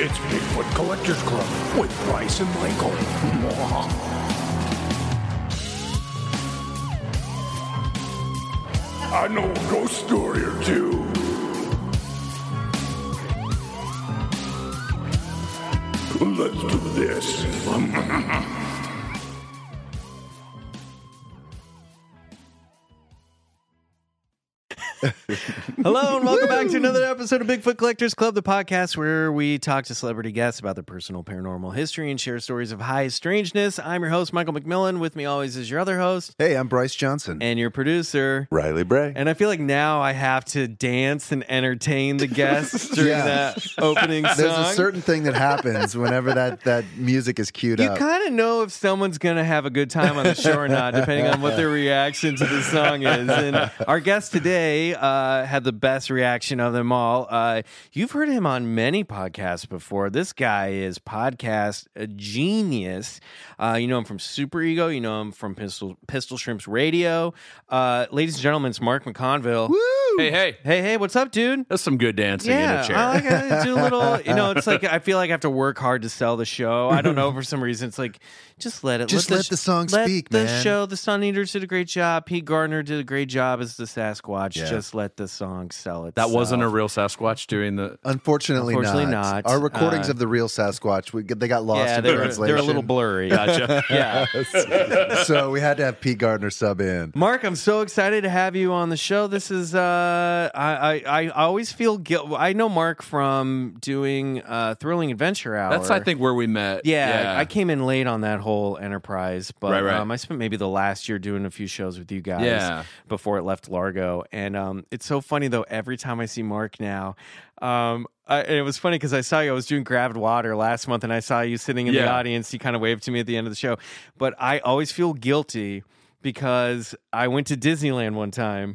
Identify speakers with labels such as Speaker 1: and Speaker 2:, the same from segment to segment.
Speaker 1: It's Bigfoot Collectors Club with Bryce and Michael. I know a ghost story or two. Let's do this.
Speaker 2: Hello and welcome back to another episode of Bigfoot Collectors Club, the podcast where we talk to celebrity guests about their personal paranormal history and share stories of high strangeness. I'm your host, Michael McMillan. With me always is your other host
Speaker 3: Hey, I'm Bryce Johnson.
Speaker 2: and your producer.
Speaker 4: Riley Bray.
Speaker 2: And I feel like now I have to dance and entertain the guests during
Speaker 3: Yeah.
Speaker 2: that opening song.
Speaker 3: There's a certain thing that happens whenever that, that music is queued
Speaker 2: you
Speaker 3: up.
Speaker 2: kind of know if someone's gonna have a good time on the show or not, depending on what their reaction to the song is. And our guest today uh, had the best reaction of them all. Uh, you've heard him on many podcasts before. This guy is podcast a genius. Uh, you know him from Super Ego. You know him from Pistol Pistol Shrimps Radio. Uh, ladies and gentlemen, it's Mark McConville.
Speaker 5: Hey, hey,
Speaker 2: Hey, hey, what's up, dude?
Speaker 5: that's some good dancing in a chair.
Speaker 2: I like I do a little. You know, it's like I feel like I have to work hard to sell the show. I don't know for some reason. It's like just let it.
Speaker 3: Just let the song
Speaker 2: let
Speaker 3: speak,
Speaker 2: the
Speaker 3: man.
Speaker 2: show. The Sun Eaters did a great job. Pete Gardner did a great job as the Sasquatch. Just let the song sell it.
Speaker 5: that wasn't a real Sasquatch doing the.
Speaker 3: Unfortunately,
Speaker 2: Unfortunately
Speaker 3: not.
Speaker 2: not.
Speaker 3: Our recordings
Speaker 2: Uh,
Speaker 3: of the real Sasquatch, we, they got lost
Speaker 2: Yeah,
Speaker 3: in the
Speaker 2: they're,
Speaker 3: translation.
Speaker 2: they're a little blurry. Gotcha. yeah.
Speaker 3: so we had to have Pete Gardner sub in.
Speaker 2: Mark, I'm so excited to have you on the show. This is uh, I, I I always feel guilt. I know Mark from doing uh, Thrilling Adventure Hour.
Speaker 5: That's I think where we met.
Speaker 2: Yeah, I came in late on that whole enterprise, but
Speaker 5: Right, right.
Speaker 2: Um, I spent maybe the last year doing a few shows with you guys
Speaker 5: Yeah.
Speaker 2: before it left Largo, and um, it's so funny though. Every time I see Mark now, um, I, and it was funny because I saw you. I was doing Grabbed Water last month, and I saw you sitting in the
Speaker 5: Yeah.
Speaker 2: audience. You kind of waved to me at the end of the show, but I always feel guilty. Because I went to Disneyland one time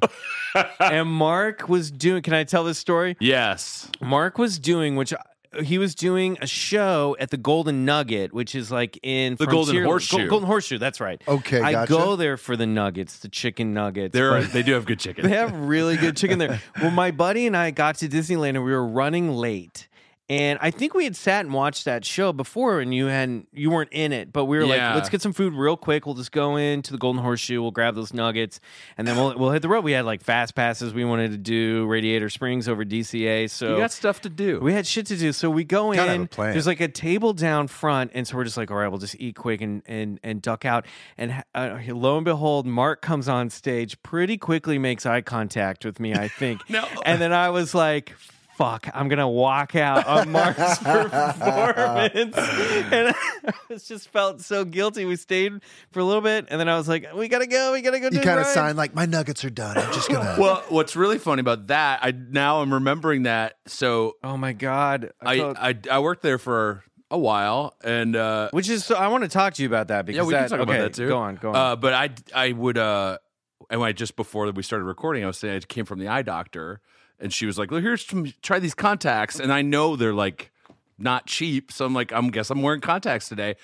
Speaker 2: and Mark was doing. Can I tell this story?
Speaker 5: Yes.
Speaker 2: Mark was doing, which uh, he was doing a show at the Golden Nugget, which is like in
Speaker 5: The Golden
Speaker 2: Frontierland-
Speaker 5: Horseshoe.
Speaker 2: Go- Golden Horseshoe, that's right.
Speaker 3: Okay,
Speaker 2: I
Speaker 3: gotcha.
Speaker 2: go there for the nuggets, the chicken nuggets.
Speaker 5: They're,
Speaker 2: but
Speaker 5: they do have good chicken.
Speaker 2: they have really good chicken there. Well, my buddy and I got to Disneyland and we were running late. And I think we had sat and watched that show before, and you hadn't, you weren't in it. But we were
Speaker 5: Yeah.
Speaker 2: like, let's get some food real quick. We'll just go into the Golden Horseshoe. We'll grab those nuggets, and then we'll we'll hit the road. We had like fast passes we wanted to do, Radiator Springs over DCA. So
Speaker 5: you got stuff to do.
Speaker 2: we had shit to do, so we go
Speaker 3: Gotta have
Speaker 2: in.
Speaker 3: a plan.
Speaker 2: There's like a table down front, and so we're just like, all right, we'll just eat quick and and and duck out. And uh, lo and behold, Mark comes on stage pretty quickly, makes eye contact with me, I think.
Speaker 5: No.
Speaker 2: and then I was like. Fuck! I'm gonna walk out on Mark's performance, and I was just felt so guilty. We stayed for a little bit, and then I was like, "We gotta go. We gotta go."
Speaker 3: You
Speaker 2: kind of
Speaker 3: sign like, my nuggets are done. I'm just gonna.
Speaker 5: well, what's really funny about that, I now I'm remembering that. So
Speaker 2: Oh my god!
Speaker 5: I, uh,
Speaker 2: felt-
Speaker 5: I, I worked there for a while, and uh,
Speaker 2: which is so I want to talk to you about that because
Speaker 5: yeah, we
Speaker 2: that,
Speaker 5: can talk
Speaker 2: okay,
Speaker 5: about that too.
Speaker 2: Go on, go on.
Speaker 5: Uh, but I, I would, uh, and I just before we started recording, I was saying I came from the eye doctor, and she was like, "Well, here's some, try these contacts," and I know they're like not cheap, so I'm like, I'm guess I'm wearing contacts today.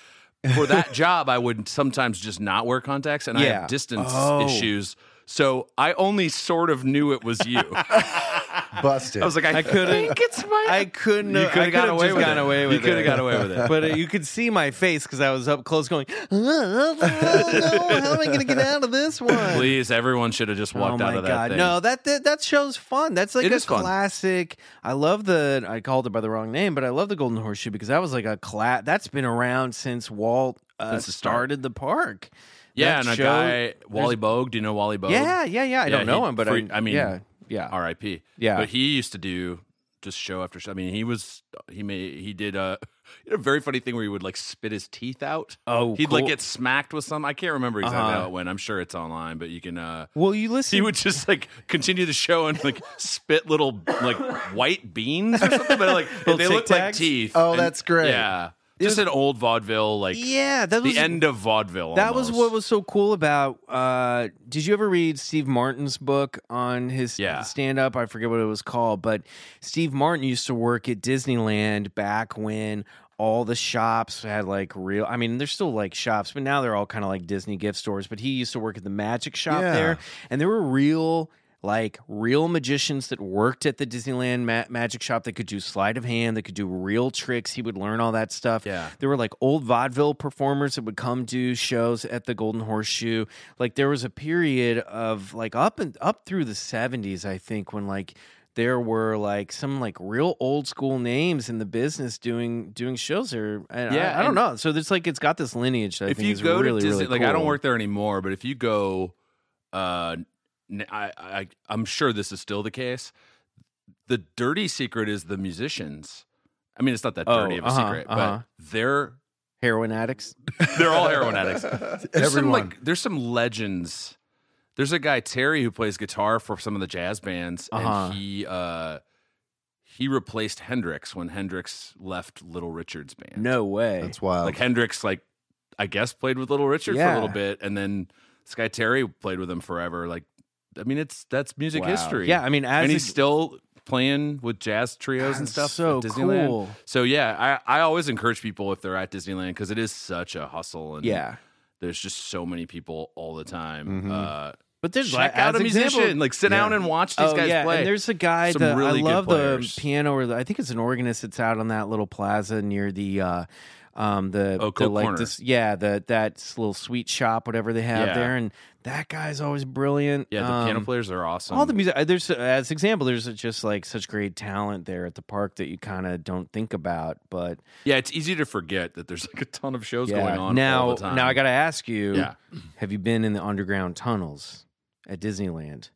Speaker 5: For that job, I would sometimes just not wear contacts, and I
Speaker 2: Yeah.
Speaker 5: have distance
Speaker 2: Oh.
Speaker 5: issues. So I only sort of knew it was you. I
Speaker 3: Busted.
Speaker 5: was like, I,
Speaker 2: I couldn't-
Speaker 5: think it's my.
Speaker 2: I couldn't.
Speaker 5: You
Speaker 2: have- I
Speaker 5: coulda got
Speaker 2: could've
Speaker 5: away
Speaker 2: just
Speaker 5: with
Speaker 2: gotten
Speaker 5: it.
Speaker 2: away
Speaker 5: You
Speaker 2: with it.
Speaker 5: coulda got away with it.
Speaker 2: But uh, you could see my face because I was up close, going, "Oh, no, "How am I going to get out of this one?"
Speaker 5: Please, everyone should have just
Speaker 2: Oh
Speaker 5: walked
Speaker 2: my
Speaker 5: out of that
Speaker 2: god!
Speaker 5: thing.
Speaker 2: No, that, that that show's fun. That's like
Speaker 5: It
Speaker 2: a
Speaker 5: is fun.
Speaker 2: classic. I love the. I called it by the wrong name, but I love the Golden Horseshoe because that was like a class. That's been around since Walt uh,
Speaker 5: Since the start.
Speaker 2: started the park.
Speaker 5: yeah,
Speaker 2: That
Speaker 5: and a
Speaker 2: show-
Speaker 5: guy, Wally Bogue. Do you know Wally Bogue?
Speaker 2: Yeah, yeah, yeah. I
Speaker 5: Yeah,
Speaker 2: don't know
Speaker 5: he
Speaker 2: him, but
Speaker 5: free-
Speaker 2: I,
Speaker 5: I mean,
Speaker 2: yeah, yeah.
Speaker 5: R.I.P.
Speaker 2: Yeah.
Speaker 5: but he used to do just show after show. I mean, he was he made he did a, he did a very funny thing where he would like spit his teeth out.
Speaker 2: Oh,
Speaker 5: he'd like
Speaker 2: cool.
Speaker 5: get smacked with some. I can't remember exactly
Speaker 2: Uh-huh.
Speaker 5: how it went. I'm sure it's online, but you can. uh
Speaker 2: Well, you listen.
Speaker 5: he would just like continue the show and like spit little like white beans or something, but like
Speaker 2: Little
Speaker 5: they looked
Speaker 2: Tic
Speaker 5: like
Speaker 2: Tacs?
Speaker 5: teeth.
Speaker 3: Oh,
Speaker 5: And-
Speaker 3: that's great.
Speaker 5: Yeah, just an old vaudeville like
Speaker 2: yeah, that was
Speaker 5: the end of vaudeville.
Speaker 2: That was
Speaker 5: almost.
Speaker 2: what was so cool about. Uh, did you ever read Steve Martin's book on his
Speaker 5: Yeah.
Speaker 2: stand up? I forget what it was called, but Steve Martin used to work at Disneyland back when all the shops had like real. I mean, they're still like shops, but now they're all kind of like Disney gift stores. But he used to work at the magic shop
Speaker 3: Yeah.
Speaker 2: there, and there were real. Like real magicians that worked at the Disneyland ma- magic shop that could do sleight of hand, that could do real tricks. He would learn all that stuff.
Speaker 5: Yeah.
Speaker 2: There were like old vaudeville performers that would come do shows at the Golden Horseshoe. Like there was a period of like up and up through the 70s, I think, when like there were like some like real old school names in the business doing doing shows there. And
Speaker 5: Yeah,
Speaker 2: I, I don't
Speaker 5: and-
Speaker 2: know. So it's like it's got this lineage that I
Speaker 5: if
Speaker 2: think
Speaker 5: you
Speaker 2: is
Speaker 5: go
Speaker 2: really,
Speaker 5: to Disney,
Speaker 2: really
Speaker 5: like I don't
Speaker 2: cool.
Speaker 5: work there anymore, but if you go, uh, n- I, I I'm sure this is still the case. The dirty secret is the musicians. I mean, it's not that
Speaker 2: Oh,
Speaker 5: dirty of a
Speaker 2: uh-huh,
Speaker 5: secret,
Speaker 2: uh-huh.
Speaker 5: but they're
Speaker 2: heroin addicts.
Speaker 5: they're all heroin addicts. There's
Speaker 3: Everyone.
Speaker 5: some like there's some legends. There's a guy Terry who plays guitar for some of the jazz bands,
Speaker 2: Uh-huh.
Speaker 5: and he uh, he replaced Hendrix when Hendrix left Little Richard's band.
Speaker 2: No way.
Speaker 3: That's wild.
Speaker 5: Like Hendrix, like I guess played with Little Richard for a little
Speaker 2: Yeah.
Speaker 5: bit, and then this guy Terry played with him forever. Like, I mean, it's that's music
Speaker 2: Wow.
Speaker 5: history.
Speaker 2: Yeah, I mean, as
Speaker 5: and
Speaker 2: a-
Speaker 5: he's still playing with jazz trios and
Speaker 2: That's
Speaker 5: stuff.
Speaker 2: so
Speaker 5: at Disneyland.
Speaker 2: cool.
Speaker 5: So yeah, I I always encourage people if they're at Disneyland because it is such a hustle and
Speaker 2: yeah.
Speaker 5: there's just so many people all the time.
Speaker 3: Mhm.
Speaker 5: Uh,
Speaker 2: But there's
Speaker 5: check
Speaker 2: like,
Speaker 5: out a
Speaker 2: as
Speaker 5: musician,
Speaker 2: example- Oh,
Speaker 5: like sit down
Speaker 3: Yeah.
Speaker 5: and watch these guys play.
Speaker 2: And there's a guy
Speaker 5: Some
Speaker 2: that
Speaker 5: really
Speaker 2: I
Speaker 5: good
Speaker 2: love the
Speaker 5: players.
Speaker 2: piano or the, I think it's an organist that's out on that little plaza near the uh um the,
Speaker 5: Oh,
Speaker 2: the
Speaker 5: Coke
Speaker 2: like
Speaker 5: Corner.
Speaker 2: this yeah, the that s- little sweet shop, whatever they have
Speaker 5: Yeah.
Speaker 2: there. And that guy's always brilliant.
Speaker 5: yeah, the piano
Speaker 2: Um,
Speaker 5: players are awesome.
Speaker 2: all the music uh, there's uh, as example there's just like such great talent there at the park that you kind of don't think about but
Speaker 5: yeah, it's easy to forget that there's like a ton of shows
Speaker 2: yeah
Speaker 5: going on
Speaker 2: now
Speaker 5: all the time.
Speaker 2: now i gotta ask you
Speaker 5: Yeah.
Speaker 2: have you been in the underground tunnels at disneyland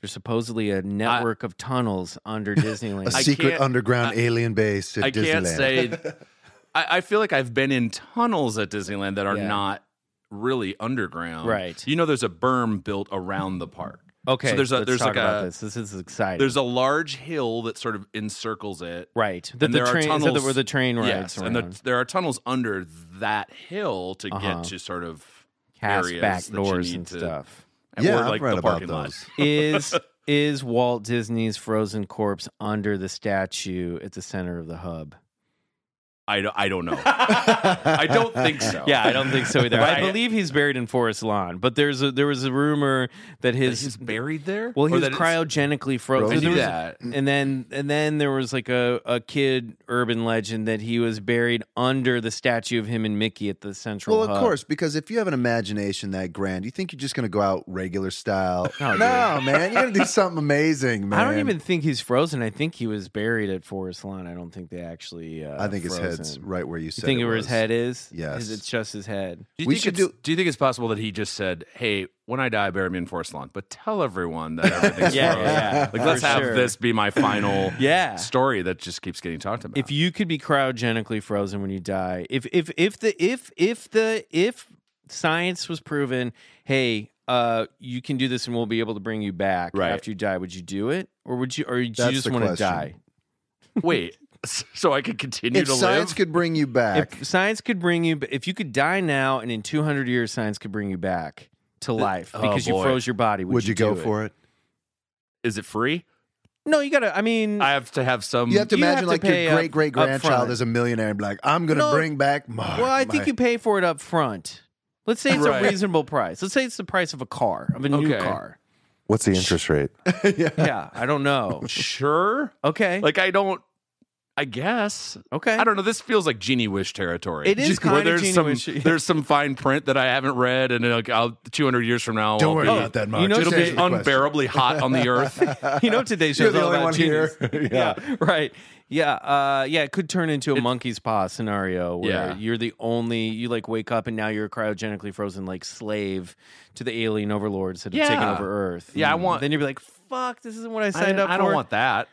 Speaker 2: there's supposedly a network of tunnels under disneyland
Speaker 3: a
Speaker 5: I
Speaker 3: secret
Speaker 5: can't-
Speaker 3: underground alien base at
Speaker 5: I
Speaker 3: Disneyland.
Speaker 5: can't say. I, I feel like I've been in tunnels at Disneyland that are
Speaker 2: Yeah.
Speaker 5: not really underground.
Speaker 2: Right.
Speaker 5: You know, there's a berm built around the park.
Speaker 2: Okay,
Speaker 5: So there's a
Speaker 2: let's
Speaker 5: there's
Speaker 2: talk
Speaker 5: like
Speaker 2: about
Speaker 5: a
Speaker 2: this. This is exciting.
Speaker 5: there's a large hill that sort of encircles it.
Speaker 2: right that
Speaker 5: and
Speaker 2: the
Speaker 5: there are
Speaker 2: train is that
Speaker 5: tunnels-
Speaker 2: where the train rides
Speaker 5: Yes, and
Speaker 2: around.
Speaker 5: the, there are tunnels under that hill to
Speaker 2: Uh-huh.
Speaker 5: get to sort of
Speaker 2: cast
Speaker 5: areas
Speaker 2: back
Speaker 5: that you
Speaker 2: doors
Speaker 5: need
Speaker 2: and
Speaker 5: to-
Speaker 2: stuff.
Speaker 5: and
Speaker 3: Yeah,
Speaker 5: where,
Speaker 3: I've
Speaker 5: like,
Speaker 3: read
Speaker 5: the
Speaker 3: about
Speaker 5: parking lot.
Speaker 3: those.
Speaker 2: Is is Walt Disney's frozen corpse under the statue at the center of the hub?
Speaker 5: I don't, I don't know. I don't think so.
Speaker 2: Yeah, I don't think so either. I
Speaker 5: Right.
Speaker 2: believe he's buried in Forest Lawn, but there's a, there was a rumor that his
Speaker 5: He's buried there.
Speaker 2: well, he
Speaker 5: Or
Speaker 2: was
Speaker 5: that it's-
Speaker 2: cryogenically frozen.
Speaker 3: Frozen?
Speaker 5: I
Speaker 2: So there
Speaker 5: knew
Speaker 2: was- Mm-hmm.
Speaker 5: that.
Speaker 2: and then and then there was like a, a kid urban legend that he was buried under the statue of him and Mickey at the central.
Speaker 3: Well, of
Speaker 2: hub.
Speaker 3: course, because if you have an imagination that grand, you think you're just going to go out regular style.
Speaker 2: No,
Speaker 3: No,
Speaker 2: dude.
Speaker 3: man, you're going to do something amazing, man.
Speaker 2: Oh, I don't even think he's frozen. I think he was buried at Forest Lawn. I don't think they actually. Uh,
Speaker 3: I think his
Speaker 2: froze
Speaker 3: head's
Speaker 2: him.
Speaker 3: right where you
Speaker 2: You
Speaker 3: said.
Speaker 2: think
Speaker 3: it
Speaker 2: where his
Speaker 3: was.
Speaker 2: head is?
Speaker 3: Yes.
Speaker 2: Is it's just his head?
Speaker 5: Do you
Speaker 3: We
Speaker 5: think
Speaker 3: should
Speaker 5: it's-
Speaker 3: do-
Speaker 5: Do you think it's possible that he just said, "Hey, when I die, bury me in Forest Lawn, but tell everyone that everything's
Speaker 2: Yeah,
Speaker 5: frozen."
Speaker 2: yeah, yeah.
Speaker 5: Like, let's
Speaker 2: For
Speaker 5: have
Speaker 2: sure.
Speaker 5: this be my final
Speaker 2: Yeah.
Speaker 5: story that just keeps getting talked about.
Speaker 2: If you could be cryogenically frozen when you die, if if if the if if the if science was proven, hey, uh, you can do this and we'll be able to bring you back
Speaker 5: Right.
Speaker 2: after you die, would you do it, or would you, or do you
Speaker 3: That's
Speaker 2: just
Speaker 3: the
Speaker 2: want to
Speaker 3: question.
Speaker 2: die?
Speaker 5: wait, so I could continue
Speaker 3: If
Speaker 5: to
Speaker 3: science
Speaker 5: live.
Speaker 3: could bring you back,
Speaker 2: If science could bring you, if you could die now and in two hundred years, science could bring you back to life
Speaker 5: oh,
Speaker 2: because you
Speaker 5: boy.
Speaker 2: froze your body, would,
Speaker 3: would you, go
Speaker 2: do
Speaker 3: for it?
Speaker 5: Is it free?
Speaker 2: No, you gotta. I mean,
Speaker 5: I have to have some.
Speaker 3: You have to
Speaker 2: You have
Speaker 3: imagine
Speaker 2: to
Speaker 3: like
Speaker 2: pay
Speaker 3: your
Speaker 2: up-
Speaker 3: great great grandchild
Speaker 2: upfront.
Speaker 3: is a millionaire and be like, I'm going to
Speaker 2: No.
Speaker 3: bring back my.
Speaker 2: Well, I
Speaker 3: my-
Speaker 2: think you pay for it up front. Let's say it's
Speaker 5: Right.
Speaker 2: a reasonable price. Let's say it's the price of a car, of a new
Speaker 5: Okay.
Speaker 2: car.
Speaker 4: What's the interest rate?
Speaker 2: Yeah, I don't know.
Speaker 5: sure.
Speaker 2: Okay.
Speaker 5: Like I don't. I guess.
Speaker 2: okay.
Speaker 5: I don't know. This feels like genie wish territory.
Speaker 2: It is
Speaker 5: where
Speaker 2: kinda
Speaker 5: there's
Speaker 2: Genie
Speaker 5: some
Speaker 2: Wish, yeah.
Speaker 5: there's some fine print that I haven't read, and like I'll, 200 years from now,
Speaker 3: Don't
Speaker 5: I'll
Speaker 3: worry
Speaker 5: be-
Speaker 3: about that much.
Speaker 2: know
Speaker 5: It'll
Speaker 2: Just
Speaker 5: be
Speaker 2: answer the
Speaker 5: unbearably hot on the earth.
Speaker 2: you know today's
Speaker 3: You're
Speaker 2: show's
Speaker 3: the
Speaker 2: all
Speaker 3: only
Speaker 2: about
Speaker 3: one
Speaker 2: genius.
Speaker 3: here.
Speaker 2: yeah. Right. Yeah. Uh, yeah. It could turn into a monkey's paw scenario where
Speaker 5: Yeah.
Speaker 2: you're the only you like wake up and now you're a cryogenically frozen like slave to the alien overlords that have taken
Speaker 5: Yeah.
Speaker 2: over Earth.
Speaker 5: Yeah, I
Speaker 2: And
Speaker 5: want-
Speaker 2: Then you'd be like, "Fuck, this isn't what I
Speaker 5: I,
Speaker 2: signed up
Speaker 5: I
Speaker 2: for."
Speaker 5: don't want that.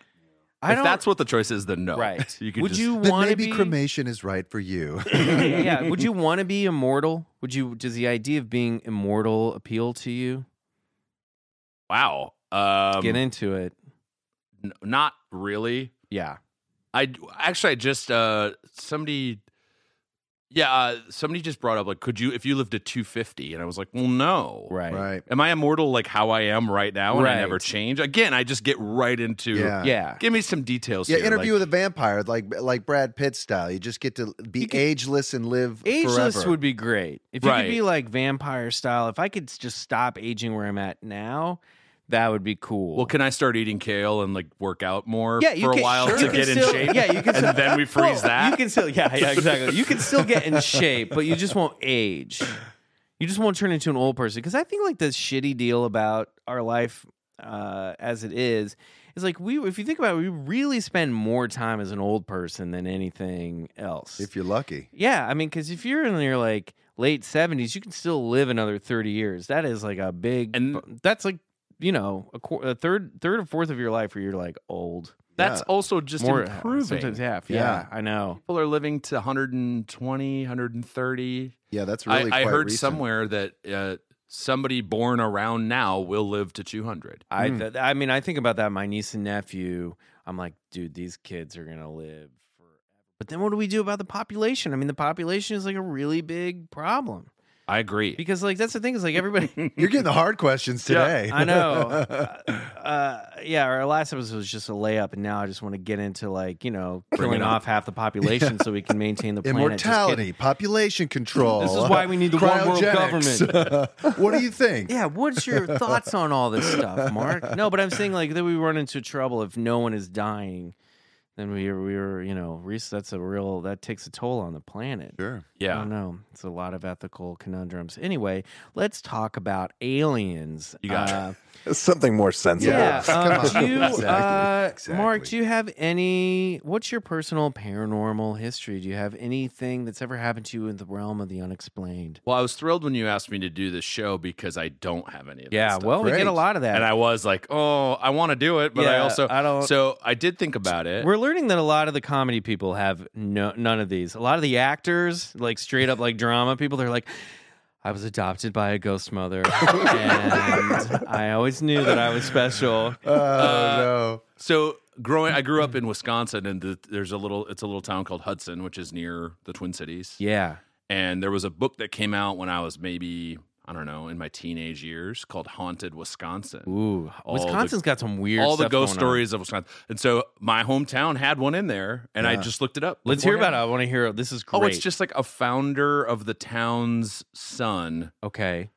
Speaker 2: I
Speaker 5: if
Speaker 2: don't-
Speaker 5: that's what the choice is, then no.
Speaker 2: Right.
Speaker 5: You could
Speaker 2: Would
Speaker 5: just-
Speaker 2: you
Speaker 3: Then
Speaker 2: want to
Speaker 3: maybe
Speaker 2: be
Speaker 3: cremation is right for you.
Speaker 2: yeah, yeah. Would you want to be immortal? Would you? Does the idea of being immortal appeal to you?
Speaker 5: Wow. Um,
Speaker 2: Get into it.
Speaker 5: n- not really.
Speaker 2: Yeah.
Speaker 5: I actually I just uh somebody yeah, uh, somebody just brought up like could you if you lived to 250 and I was like, "Well, no."
Speaker 2: Right.
Speaker 3: right.
Speaker 5: Am I immortal like how I am right now and
Speaker 2: Right.
Speaker 5: I never change? Again, I just get right into
Speaker 3: Yeah.
Speaker 2: Yeah.
Speaker 5: Give me some details
Speaker 3: Yeah,
Speaker 5: here,
Speaker 3: interview
Speaker 5: like-
Speaker 3: with a vampire, like like Brad Pitt style. You just get to be ageless and live
Speaker 2: Ageless
Speaker 3: forever.
Speaker 2: would be great. If you
Speaker 5: Right.
Speaker 2: could be like vampire style, if I could s- just stop aging where I'm at now, that would be cool.
Speaker 5: Well, can I start eating kale and like work out more
Speaker 2: yeah, you
Speaker 5: for
Speaker 2: can,
Speaker 5: a while
Speaker 2: sure.
Speaker 5: to
Speaker 2: you can
Speaker 5: get
Speaker 2: still-
Speaker 5: in shape?
Speaker 2: Yeah, you can. still-
Speaker 5: and then we freeze
Speaker 2: Well,
Speaker 5: that.
Speaker 2: You can still, yeah, yeah, exactly. You can still get in shape, but you just won't age. You just won't turn into an old person. Because I think like the shitty deal about our life uh, as it is is like we, if you think about it, we really spend more time as an old person than anything else.
Speaker 3: if you're lucky.
Speaker 2: yeah, I mean, because if you're in your like late seventies, you can still live another thirty years. That is like a big,
Speaker 5: And-
Speaker 2: that's like you know a, qu- a third, third or fourth of your life where you're like old.
Speaker 5: That's
Speaker 3: Yeah.
Speaker 5: also just improving.
Speaker 2: uh, sometimes half.
Speaker 3: Yeah.
Speaker 2: yeah I know.
Speaker 5: People are living to 120, 130.
Speaker 3: Yeah, that's
Speaker 5: I-
Speaker 3: really.
Speaker 5: I,
Speaker 3: quite
Speaker 5: heard
Speaker 3: recent.
Speaker 5: somewhere that uh, somebody born around now will live to 200.
Speaker 2: I
Speaker 3: Mm.
Speaker 2: th- I mean, I think about that. My niece and nephew. I'm like, dude, these kids are gonna live forever. But then, what do we do about the population? I mean, the population is like a really big problem
Speaker 5: I agree.
Speaker 2: because, like, that's the thing is like everybody.
Speaker 3: You're getting the hard questions
Speaker 5: Yeah,
Speaker 3: today.
Speaker 2: I know. Uh, uh, yeah, our last episode was just a layup, and now I just want to get into like you know
Speaker 5: Bring it
Speaker 2: killing
Speaker 5: on.
Speaker 2: off half the population so we can maintain the planet. Just kidding.
Speaker 3: Immortality, population control.
Speaker 2: This is why we need the one world
Speaker 3: Cryogenics. what do you think?
Speaker 2: Yeah, what's your thoughts on all this stuff, Mark? No, but I'm saying like that we run into trouble if no one is dying. Then we we are you know Reese. That's a real that takes a toll on the planet.
Speaker 3: Sure.
Speaker 2: I
Speaker 5: Yeah.
Speaker 2: don't know. It's a lot of ethical conundrums. Anyway, let's talk about aliens.
Speaker 5: You got it.
Speaker 2: Uh,
Speaker 4: Something more sensible.
Speaker 2: yeah.
Speaker 3: Yeah.
Speaker 2: um,
Speaker 3: Come on.
Speaker 2: do you,
Speaker 3: Exactly.
Speaker 2: uh,
Speaker 3: Exactly.
Speaker 2: Mark, do you have any? What's your personal paranormal history? Do you have anything that's ever happened to you in the realm of the unexplained?
Speaker 5: Well, I was thrilled when you asked me to do this show because I don't have any of that
Speaker 2: Yeah.
Speaker 5: stuff.
Speaker 2: Well, we get
Speaker 3: Great.
Speaker 2: a lot of that.
Speaker 5: and I was like, oh, I want to do it, but I
Speaker 2: Yeah,
Speaker 5: also
Speaker 2: I don't-
Speaker 5: So I did think about it.
Speaker 2: We're learning that a lot of the comedy people have no, none of these. A lot of the actors, like straight up like drama people, they're like, I was adopted by a ghost mother, and I always knew that I was special.
Speaker 3: Oh no.
Speaker 5: So growing, I grew up in Wisconsin, and the, there's a little. It's a little town called Hudson, which is near the Twin Cities.
Speaker 2: Yeah,
Speaker 5: And there was a book that came out when I was maybe I don't know in my teenage years called Haunted Wisconsin.
Speaker 2: ooh,
Speaker 5: All the-
Speaker 2: Wisconsin's got some weird.
Speaker 5: All the
Speaker 2: stuff
Speaker 5: ghost
Speaker 2: going on.
Speaker 5: stories of Wisconsin. And so my hometown had one in there, and I just looked it up.
Speaker 2: Let's hear about it.
Speaker 5: beforehand.
Speaker 2: I want to hear. This is great.
Speaker 5: Oh, it's just like a founder of the town's son
Speaker 2: okay.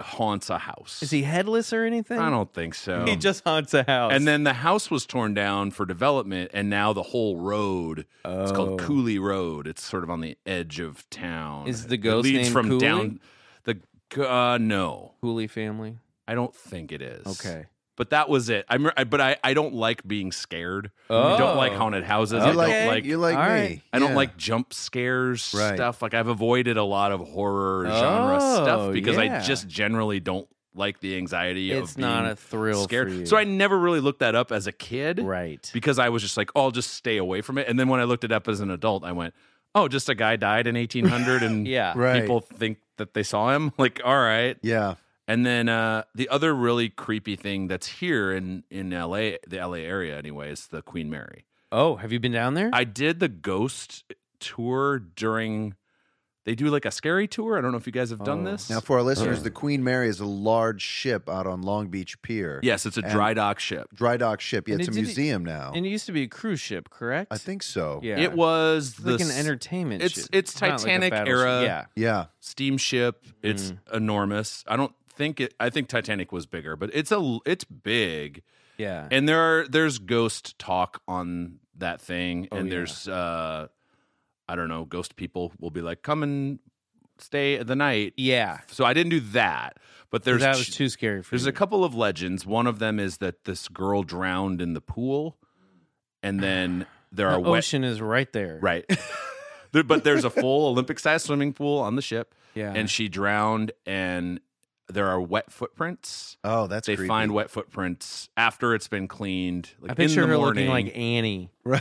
Speaker 5: haunts a house.
Speaker 2: Is he headless or anything?
Speaker 5: I don't think so.
Speaker 2: He just haunts a house.
Speaker 5: And then the house was torn down for development, and now the whole road. It's called
Speaker 2: Oh.
Speaker 5: Cooley Road. It's sort of on the edge of town.
Speaker 2: Is the
Speaker 5: It
Speaker 2: ghost
Speaker 5: leads
Speaker 2: named
Speaker 5: from
Speaker 2: Cooley?
Speaker 5: down? The uh, no,
Speaker 2: Cooley family.
Speaker 5: I don't think it is.
Speaker 2: Okay.
Speaker 5: but that was it. I'm. I, but I, I don't like being scared. I don't like
Speaker 2: Oh.
Speaker 5: haunted houses.
Speaker 3: You
Speaker 5: I
Speaker 3: like,
Speaker 5: don't like.
Speaker 3: you like me.
Speaker 2: all right.
Speaker 5: I don't
Speaker 3: Yeah.
Speaker 5: like jump scares
Speaker 3: Right.
Speaker 5: stuff. Like I've avoided a lot of horror genre
Speaker 2: Oh,
Speaker 5: stuff because
Speaker 2: yeah.
Speaker 5: I just generally don't like the anxiety
Speaker 2: It's
Speaker 5: of being
Speaker 2: not a thrill
Speaker 5: scared.
Speaker 2: for you.
Speaker 5: So I never really looked that up as a kid
Speaker 2: right.
Speaker 5: because I was just like, oh, I'll just stay away from it. And then when I looked it up as an adult, I went, oh, just a guy died in 1800 and
Speaker 2: Yeah.
Speaker 3: Right.
Speaker 5: people think that they saw him. Like, all right.
Speaker 3: Yeah.
Speaker 5: And then uh, the other really creepy thing that's here in, in LA, the LA area anyway, is the Queen Mary.
Speaker 2: Oh, have you been down there?
Speaker 5: I did the ghost tour during, they do like a scary tour. I don't know if you guys have done
Speaker 2: Oh.
Speaker 5: this.
Speaker 3: Now, for our listeners, the Queen Mary is a large ship out on Long Beach Pier.
Speaker 5: yes, it's a
Speaker 3: And-
Speaker 5: dry dock ship.
Speaker 3: Dry dock ship. Yeah,
Speaker 2: And
Speaker 3: it's a
Speaker 2: it did-
Speaker 3: museum now.
Speaker 2: and it used to be a cruise ship, correct?
Speaker 3: I think so.
Speaker 2: Yeah.
Speaker 5: It was
Speaker 2: It's
Speaker 5: the
Speaker 2: like an
Speaker 5: s-
Speaker 2: entertainment.
Speaker 5: it's-
Speaker 2: ship.
Speaker 5: it's
Speaker 2: not like a
Speaker 5: Titanic
Speaker 2: battleship.
Speaker 5: era.
Speaker 2: Yeah.
Speaker 3: Yeah.
Speaker 5: steamship. It's
Speaker 2: Mm.
Speaker 5: enormous. I don't think it. I think Titanic was bigger, but it's a it's big.
Speaker 2: Yeah.
Speaker 5: And there are there's ghost talk on that thing, and
Speaker 2: Oh, yeah.
Speaker 5: there's uh, I don't know, ghost people will be like, come and stay the night.
Speaker 2: yeah.
Speaker 5: So I didn't do that, but there's
Speaker 2: that was
Speaker 5: ch-
Speaker 2: too scary for
Speaker 5: there's
Speaker 2: me.
Speaker 5: a couple of legends. One of them is that this girl drowned in the pool, and then there
Speaker 2: The
Speaker 5: are wet
Speaker 2: ocean is right there.
Speaker 5: Right. There- but there's a full Olympic sized swimming pool on the ship.
Speaker 2: Yeah.
Speaker 5: And she drowned and there are wet footprints.
Speaker 3: Oh, that's
Speaker 5: they
Speaker 3: creepy.
Speaker 5: find wet footprints after it's been cleaned. Like
Speaker 2: I picture
Speaker 5: in the
Speaker 2: her
Speaker 5: morning.
Speaker 2: looking like Annie
Speaker 3: Right.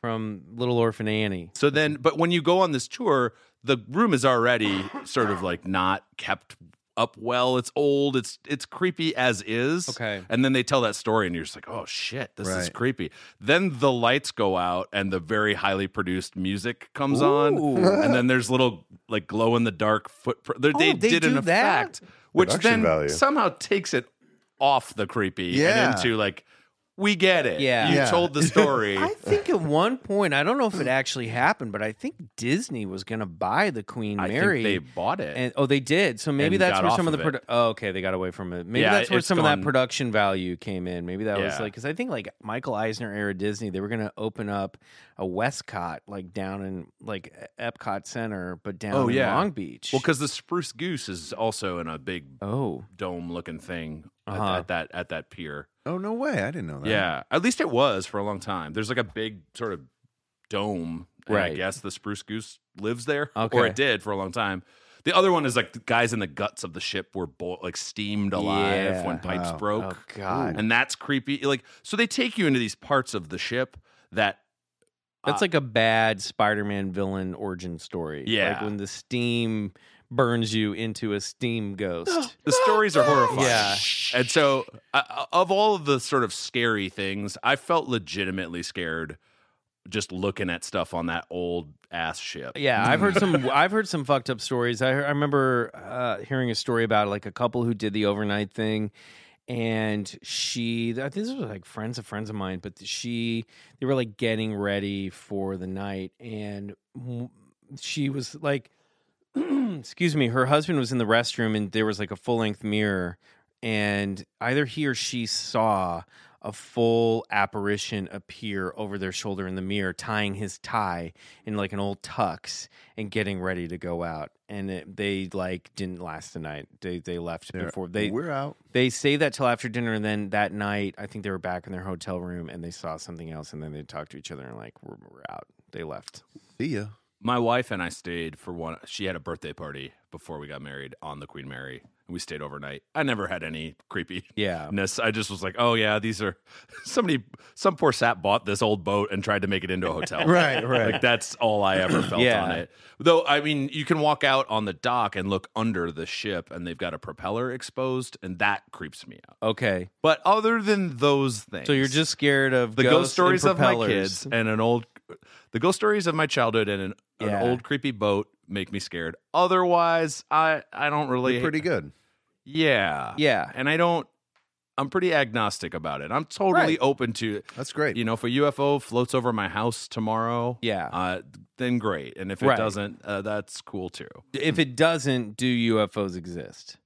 Speaker 2: from Little Orphan Annie.
Speaker 5: So then, but when you go on this tour, the room is already sort of like not kept up well. It's old. It's it's creepy as is.
Speaker 2: Okay.
Speaker 5: And then they tell that story, and you're just like, oh shit, this is
Speaker 3: Right.
Speaker 5: creepy. Then the lights go out, and the very highly produced music comes on, and then there's little like glow in the dark footprint. They, they
Speaker 2: Oh, they
Speaker 5: did an
Speaker 2: do that?
Speaker 5: effect, which
Speaker 4: Production
Speaker 5: then
Speaker 4: value.
Speaker 5: somehow takes it off the creepy
Speaker 3: Yeah.
Speaker 5: and into like. We get it.
Speaker 2: Yeah.
Speaker 5: You
Speaker 3: Yeah.
Speaker 5: told the story.
Speaker 2: I think at one point, I don't know if it actually happened, but I think Disney was going to buy the Queen
Speaker 5: I think
Speaker 2: Mary.
Speaker 5: they bought it.
Speaker 2: And oh, they did. So maybe
Speaker 5: And
Speaker 2: that's
Speaker 5: got
Speaker 2: where
Speaker 5: off
Speaker 2: some of the
Speaker 5: of
Speaker 2: produ-
Speaker 5: it.
Speaker 2: oh, okay, they got away from it. Maybe
Speaker 5: Yeah,
Speaker 2: that's where
Speaker 5: it's
Speaker 2: some of that
Speaker 5: gone-
Speaker 2: production value came in. Maybe that was
Speaker 5: Yeah.
Speaker 2: like because I think like Michael Eisner era Disney, they were going to open up a Westcott like down in like E-, Epcot Center, but down
Speaker 5: Oh,
Speaker 2: in
Speaker 5: yeah.
Speaker 2: Long Beach.
Speaker 5: Well, because the spruce goose is also in a big
Speaker 2: oh,
Speaker 5: dome-looking thing at-
Speaker 2: Uh-huh.
Speaker 5: at, that at that pier.
Speaker 3: Oh no way! I didn't know that.
Speaker 5: Yeah, at least it was for a long time. There's like a big sort of dome, and I
Speaker 2: Right.
Speaker 5: guess the spruce goose lives there, or
Speaker 2: Okay.
Speaker 5: it did for a long time. The other one is like the guys in the guts of the ship were bo- like steamed alive
Speaker 2: Yeah.
Speaker 5: when pipes
Speaker 3: Wow.
Speaker 5: broke.
Speaker 2: oh God,
Speaker 5: And that's creepy. Like, so they take you into these parts of the ship that
Speaker 2: that's
Speaker 5: Uh
Speaker 2: like a bad Spider-Man villain origin story. like
Speaker 5: Yeah.
Speaker 2: when the steam burns you into a steam ghost.
Speaker 5: the stories are horrifying.
Speaker 2: Yeah.
Speaker 5: And so, uh, of all of the sort of scary things, I felt legitimately scared just looking at stuff on that old ass ship.
Speaker 2: Yeah, I've heard some. I've heard some fucked up stories. I, I remember uh, hearing a story about like a couple who did the overnight thing, and she. I think this was like friends of friends of mine, but she. They were like getting ready for the night, and w- she was like, excuse me. Her husband was in the restroom, and there was like a full length mirror, and either he or she saw a full apparition appear over their shoulder in the mirror, tying his tie in like an old tux and getting ready to go out. And it, they like didn't last the night. They they left
Speaker 3: They're-
Speaker 2: before they
Speaker 3: we're out.
Speaker 2: they say that till after dinner. And then that night, I think they were back in their hotel room and they saw something else. And then they talked to each other and like we're, we're out. They left.
Speaker 3: See ya.
Speaker 5: My wife and I stayed for one. She had a birthday party before we got married on the Queen Mary, and we stayed overnight. I never had any creepy.
Speaker 2: Yeah.
Speaker 5: I just was like, oh yeah, these are somebody, some poor sap bought this old boat and tried to make it into a hotel.
Speaker 3: Right, right.
Speaker 5: Like that's all I ever felt
Speaker 2: Yeah.
Speaker 5: on it. Though I mean, you can walk out on the dock and look under the ship, and they've got a propeller exposed, and that creeps me out.
Speaker 2: Okay.
Speaker 5: But other than those things,
Speaker 2: So you're just scared of
Speaker 5: the ghost,
Speaker 2: ghosts and
Speaker 5: stories of my
Speaker 2: propellers.
Speaker 5: kids and an old the ghost stories of my childhood and an,
Speaker 2: Yeah.
Speaker 5: an old creepy boat make me scared otherwise i i don't really
Speaker 3: You're pretty good.
Speaker 5: yeah
Speaker 2: Yeah.
Speaker 5: and i don't i'm pretty agnostic about it i'm totally
Speaker 2: Right.
Speaker 5: open to
Speaker 3: That's great.
Speaker 5: you know if a ufo floats over my house tomorrow
Speaker 2: Yeah.
Speaker 5: uh, then great and if it
Speaker 2: Right.
Speaker 5: doesn't uh, that's cool too
Speaker 2: If it doesn't, do UFOs exist?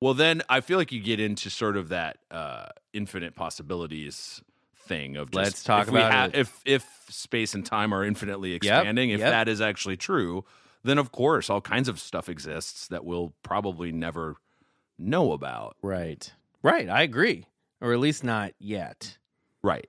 Speaker 5: Well, then I feel like you get into sort of that uh, infinite possibilities thing of just,
Speaker 2: Let's talk
Speaker 5: if
Speaker 2: about it.
Speaker 5: If if space and time are infinitely expanding, if
Speaker 2: yep.
Speaker 5: that is actually true, then of course all kinds of stuff exists that we'll probably never know about.
Speaker 2: Right. Right. I agree. Or at least not yet.
Speaker 5: Right.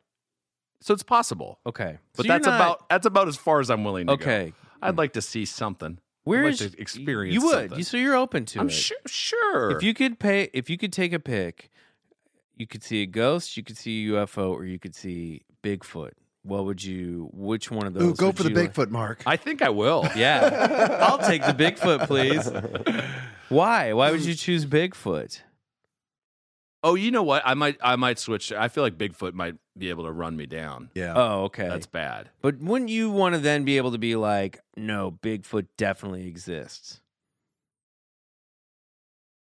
Speaker 5: So it's possible,
Speaker 2: Okay.
Speaker 5: but
Speaker 2: So you're
Speaker 5: that's
Speaker 2: not-
Speaker 5: about that's about as far as I'm willing to go.
Speaker 2: Okay.
Speaker 5: I'd like to see something.
Speaker 2: Where
Speaker 5: like
Speaker 2: is
Speaker 5: to experience
Speaker 2: You would.
Speaker 5: something.
Speaker 2: You, so you're open to
Speaker 5: I'm
Speaker 2: it.
Speaker 5: sure. Sure.
Speaker 2: If you could pay, if you could take a pick, you could see a ghost, you could see a UFO, or you could see Bigfoot. What would you? Which one of those?
Speaker 3: Ooh, go
Speaker 2: would
Speaker 3: for the
Speaker 2: you like-
Speaker 3: Bigfoot, Mark.
Speaker 5: I think I will.
Speaker 2: Yeah, I'll take the Bigfoot, please. Why? Why would you choose Bigfoot?
Speaker 5: Oh, you know what? I might I might switch. I feel like Bigfoot might be able to run me down.
Speaker 3: yeah.
Speaker 2: Oh, okay.
Speaker 5: That's bad.
Speaker 2: but wouldn't you want to then be able to be like, no, Bigfoot definitely exists?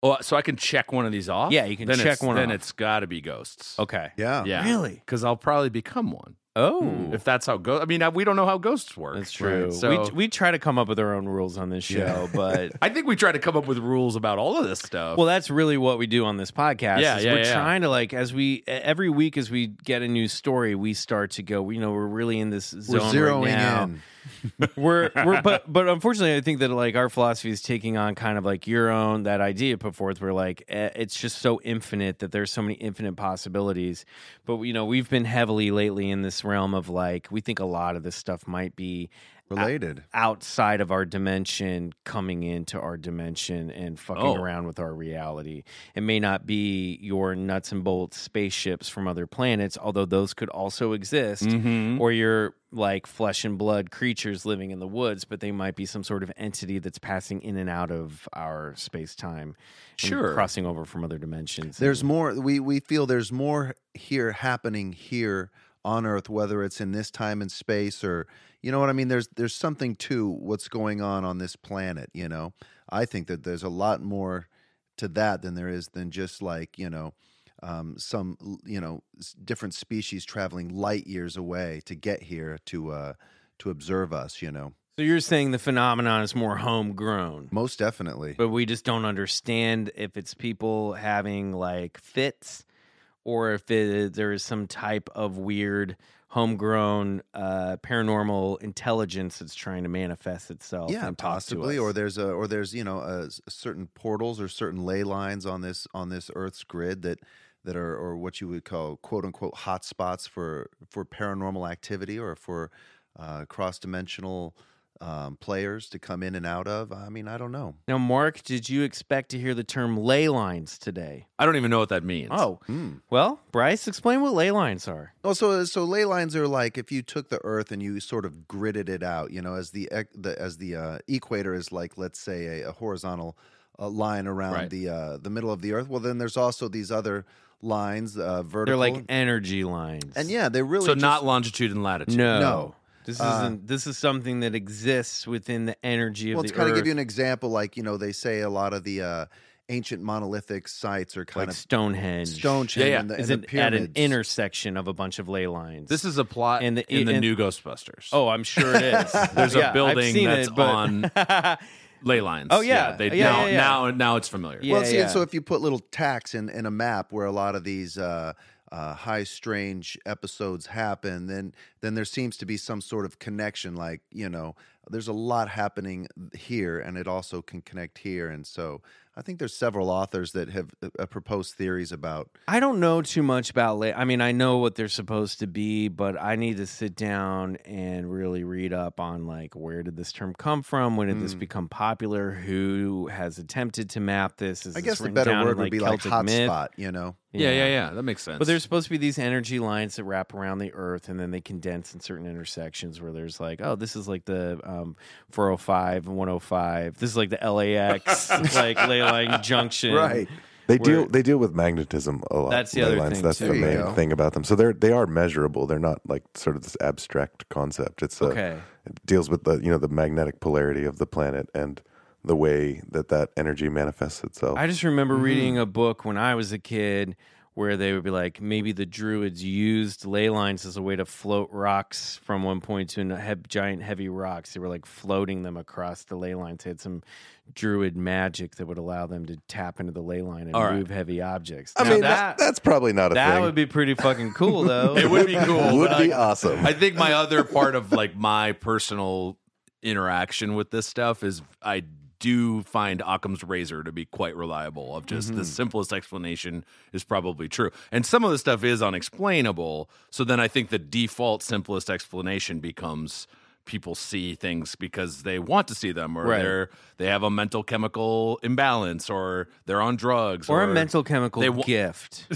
Speaker 5: Oh, so I can check one of these off.
Speaker 2: Yeah, you can
Speaker 5: Then
Speaker 2: check
Speaker 5: it's-
Speaker 2: one
Speaker 5: Then
Speaker 2: off.
Speaker 5: it's got to be ghosts.
Speaker 2: Okay.
Speaker 3: yeah.
Speaker 5: Yeah,
Speaker 2: Really?
Speaker 5: Because I'll probably become one
Speaker 2: Oh,
Speaker 5: if that's how ghosts. I mean, I, we don't know how ghosts work.
Speaker 2: that's true.
Speaker 5: Right, Hmm. So
Speaker 2: we, we try to come up with our own rules on this show, but
Speaker 5: I think we try to come up with rules about all of this stuff.
Speaker 2: Well, that's really what we do on this podcast.
Speaker 5: Yeah,
Speaker 2: is
Speaker 5: yeah,
Speaker 2: we're
Speaker 5: yeah.
Speaker 2: trying to like as we e, every week as we get a new story, we start to go. You know, we're really in this
Speaker 3: We're
Speaker 2: zone
Speaker 3: zeroing
Speaker 2: right now.
Speaker 3: in.
Speaker 2: We're we're but but unfortunately, I think that like our philosophy is taking on kind of like your own that idea put forth. We're like eh, it's just so infinite that there's so many infinite possibilities. But you know, we've been heavily lately in this realm of like we think a lot of this stuff might be
Speaker 3: related.
Speaker 2: outside of our dimension coming into our dimension and fucking
Speaker 5: Oh.
Speaker 2: around with our reality. It may not be your nuts and bolts spaceships from other planets, although those could also exist,
Speaker 5: Mm-hmm.
Speaker 2: or your like flesh and blood creatures living in the woods, but they might be some sort of entity that's passing in and out of our space time, and
Speaker 5: Sure.
Speaker 2: crossing over from other dimensions.
Speaker 3: There's more. We we feel there's more here happening here on Earth, whether it's in this time and space or you know what I mean. There's there's something to what's going on on this planet. You know, I think that there's a lot more to that than there is than just like you know. Um, some l- you know s- different species traveling light years away to get here to uh, to observe us. You know,
Speaker 2: so you're saying the phenomenon is more homegrown.
Speaker 3: most definitely.
Speaker 2: but we just don't understand if it's people having like fits or if it, uh, there is some type of weird homegrown uh, paranormal intelligence that's trying to manifest itself
Speaker 3: yeah
Speaker 2: and talk to
Speaker 3: possibly
Speaker 2: us.
Speaker 3: or there's a or there's you know a, s- certain portals or certain ley lines on this on this earth's grid that that are or what you would call quote unquote hot spots for for paranormal activity or for uh, cross-dimensional um, players to come in and out of i mean i don't know
Speaker 2: now mark did you expect to hear the term ley lines today
Speaker 5: I don't even know what that means.
Speaker 2: oh
Speaker 3: Hmm.
Speaker 2: well bryce explain what ley lines are
Speaker 3: Also, Oh, so ley lines are like if you took the Earth and you sort of gridded it out, you know, as the ec- the as the uh, equator is like, let's say, a, a horizontal uh, line around
Speaker 5: Right.
Speaker 3: the uh, the middle of the Earth. Well, then there's also these other lines, uh,
Speaker 2: they're
Speaker 3: vertical.
Speaker 2: like energy lines
Speaker 3: and yeah, they really
Speaker 5: so
Speaker 3: just-
Speaker 5: not longitude and latitude.
Speaker 2: no
Speaker 3: No.
Speaker 2: this
Speaker 3: Uh,
Speaker 2: isn't this is something that exists within the energy of
Speaker 3: Well,
Speaker 2: the
Speaker 3: to kind of
Speaker 2: earth
Speaker 3: give you an example, like you know, they say a lot of the uh, ancient monolithic sites are kind
Speaker 2: like stonehenge
Speaker 3: of Stonehenge
Speaker 5: Yeah, yeah.
Speaker 3: and the, and
Speaker 2: is
Speaker 3: the
Speaker 2: it at
Speaker 3: pyramids.
Speaker 2: an intersection of a bunch of ley lines.
Speaker 5: This is a plot
Speaker 2: And the-
Speaker 5: in the
Speaker 2: and-
Speaker 5: new Ghostbusters.
Speaker 2: oh, I'm sure it is.
Speaker 5: There's a
Speaker 2: Yeah, I've
Speaker 5: building
Speaker 2: seen
Speaker 5: that's
Speaker 2: it, but-
Speaker 5: on- ley lines.
Speaker 2: Oh, yeah.
Speaker 5: they,
Speaker 2: Yeah,
Speaker 5: now,
Speaker 2: yeah, yeah.
Speaker 5: now now it's familiar.
Speaker 2: Yeah.
Speaker 3: Well, see, and so if you put little tacks in, in a map where a lot of these uh, uh, high strange episodes happen, then then there seems to be some sort of connection. Like you know, there's a lot happening here, and it also can connect here. And so I think there's several authors that have uh, proposed theories about.
Speaker 2: I don't know too much about ley. I mean, I know what they're supposed to be, but I need to sit down and really read up on like where did this term come from? When did this
Speaker 3: Hmm.
Speaker 2: become popular? Who has attempted to map this? Is
Speaker 3: I
Speaker 2: this
Speaker 3: guess the
Speaker 2: written
Speaker 3: better
Speaker 2: down in,
Speaker 3: word would be like
Speaker 2: Celtic myth?
Speaker 3: hotspot. You know,
Speaker 5: yeah, yeah, yeah. That makes sense.
Speaker 2: But there's supposed to be these energy lines that wrap around the Earth, and then they condense in certain intersections where there's like, oh, this is like the um, 405 and 105. This is like the LAX, like ley line junction.
Speaker 4: They
Speaker 2: Where-
Speaker 4: deal they deal with magnetism a lot.
Speaker 2: That's the
Speaker 4: ley
Speaker 2: other
Speaker 4: lines.
Speaker 2: thing,
Speaker 4: That's
Speaker 2: too.
Speaker 4: the
Speaker 3: There you
Speaker 4: main
Speaker 3: go.
Speaker 4: thing about them. So they're they are measurable. They're not like sort of this abstract concept. It's a,
Speaker 2: Okay.
Speaker 4: it deals with the you know the magnetic polarity of the planet and the way that that energy manifests itself.
Speaker 2: I just remember reading a book when I was a kid where they would be like, maybe the druids used ley lines as a way to float rocks from one point to another, he- giant heavy rocks. They were like floating them across the ley lines. They had some druid magic that would allow them to tap into the ley line and
Speaker 5: All right.
Speaker 2: move heavy objects.
Speaker 4: I
Speaker 2: Now
Speaker 4: mean
Speaker 2: that,
Speaker 4: that, that's probably not a
Speaker 2: that
Speaker 4: thing.
Speaker 2: would be pretty fucking cool, though.
Speaker 5: it would be cool.
Speaker 4: Would
Speaker 5: but
Speaker 4: be
Speaker 5: I-
Speaker 4: awesome.
Speaker 5: I think my other part of like my personal interaction with this stuff is I do find Occam's razor to be quite reliable of just
Speaker 2: Mm-hmm.
Speaker 5: the simplest explanation is probably true. And some of the stuff is unexplainable. So then I think the default simplest explanation becomes people see things because they want to see them or
Speaker 2: Right.
Speaker 5: they're they have a mental chemical imbalance or they're on drugs
Speaker 2: or a mental chemical
Speaker 5: They wa-
Speaker 2: gift.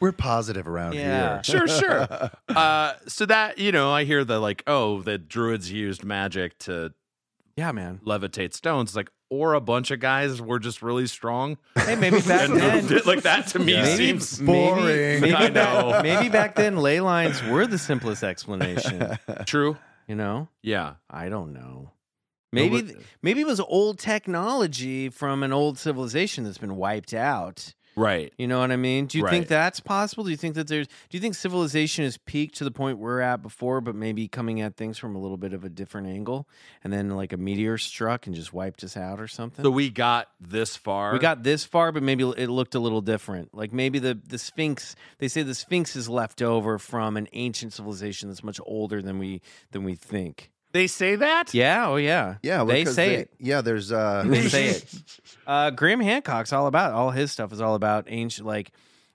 Speaker 3: we're positive around here.
Speaker 5: sure, sure. Uh, so that you know, I hear the like, oh, the druids used magic to
Speaker 2: Yeah, man.
Speaker 5: levitate stones, like, or a bunch of guys were just really strong.
Speaker 2: Hey, maybe back then.
Speaker 5: like that to me seems.
Speaker 3: boring.
Speaker 2: Maybe,
Speaker 5: I know.
Speaker 2: back, maybe back then ley lines were the simplest explanation.
Speaker 5: True.
Speaker 2: You know,
Speaker 5: Yeah.
Speaker 2: I don't know.
Speaker 5: No,
Speaker 2: Maybe
Speaker 5: but-
Speaker 2: th- maybe it was old technology from an old civilization that's been wiped out.
Speaker 5: Right.
Speaker 2: You know what I mean? Do you think
Speaker 5: Right.
Speaker 2: that's possible? Do you think that there's do you think civilization has peaked to the point we're at before, but maybe coming at things from a little bit of a different angle? And then like a meteor struck and just wiped us out or something?
Speaker 5: So we got this far.
Speaker 2: We got this far, but maybe it looked a little different. Like maybe the, the Sphinx, they say the Sphinx is left over from an ancient civilization that's much older than we than we think.
Speaker 5: They say that.
Speaker 2: Yeah, oh yeah.
Speaker 3: Yeah,
Speaker 2: they
Speaker 3: because
Speaker 2: say
Speaker 3: they-
Speaker 2: it.
Speaker 3: Yeah, there's uh,
Speaker 2: They say it. Uh, Graham Hancock's all about all his stuff is all about ancient like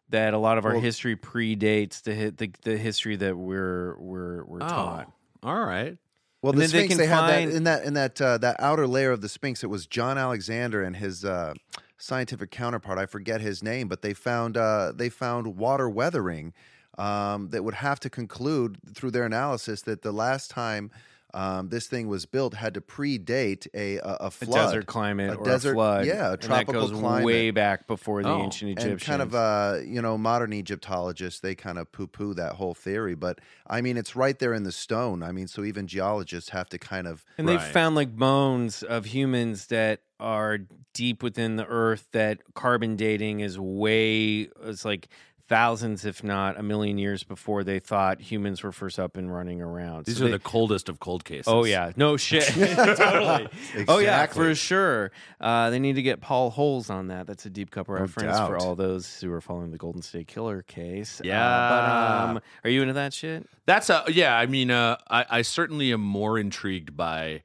Speaker 2: that a lot of our
Speaker 3: Well-
Speaker 2: history predates the, hi- the the history that we're we're
Speaker 3: Oh,
Speaker 2: we're taught.
Speaker 5: Oh, all right.
Speaker 3: Well,
Speaker 2: And
Speaker 3: the
Speaker 2: then they
Speaker 3: Sphinx
Speaker 2: can
Speaker 3: they, had
Speaker 2: find-
Speaker 3: that in that in that uh, that outer layer of the Sphinx. It was John Alexander and his uh, scientific counterpart. I forget his name, but they found uh, they found water weathering um, that would have to conclude through their analysis that the last time um, this thing was built had to predate a a, a
Speaker 2: A
Speaker 3: flood,
Speaker 2: desert climate
Speaker 3: A
Speaker 2: or
Speaker 3: desert-
Speaker 2: a flood.
Speaker 3: yeah, a
Speaker 2: And
Speaker 3: tropical
Speaker 2: that goes
Speaker 3: climate.
Speaker 2: way back before the
Speaker 5: Oh,
Speaker 2: ancient
Speaker 3: and
Speaker 2: Egyptians.
Speaker 3: kind of uh, you know modern Egyptologists they kind of poo poo that whole theory, but I mean it's right there in the stone. I mean, so even geologists have to kind of
Speaker 2: And
Speaker 5: Right.
Speaker 2: they've found like bones of humans that are deep within the earth that carbon dating is way, it's like thousands, if not a million years before they thought humans were first up and running around.
Speaker 5: These
Speaker 2: So
Speaker 5: are
Speaker 2: they-
Speaker 5: the coldest of cold cases.
Speaker 2: Oh yeah, no shit, totally. Oh yeah, for sure. Uh, they need to get Paul Holes on that. That's a deep cup reference for
Speaker 3: doubt.
Speaker 2: all those who are following the Golden State Killer case. Uh,
Speaker 5: Yeah.
Speaker 2: but um, are you into that shit?
Speaker 5: That's a yeah. I mean, uh, I, I certainly am more intrigued by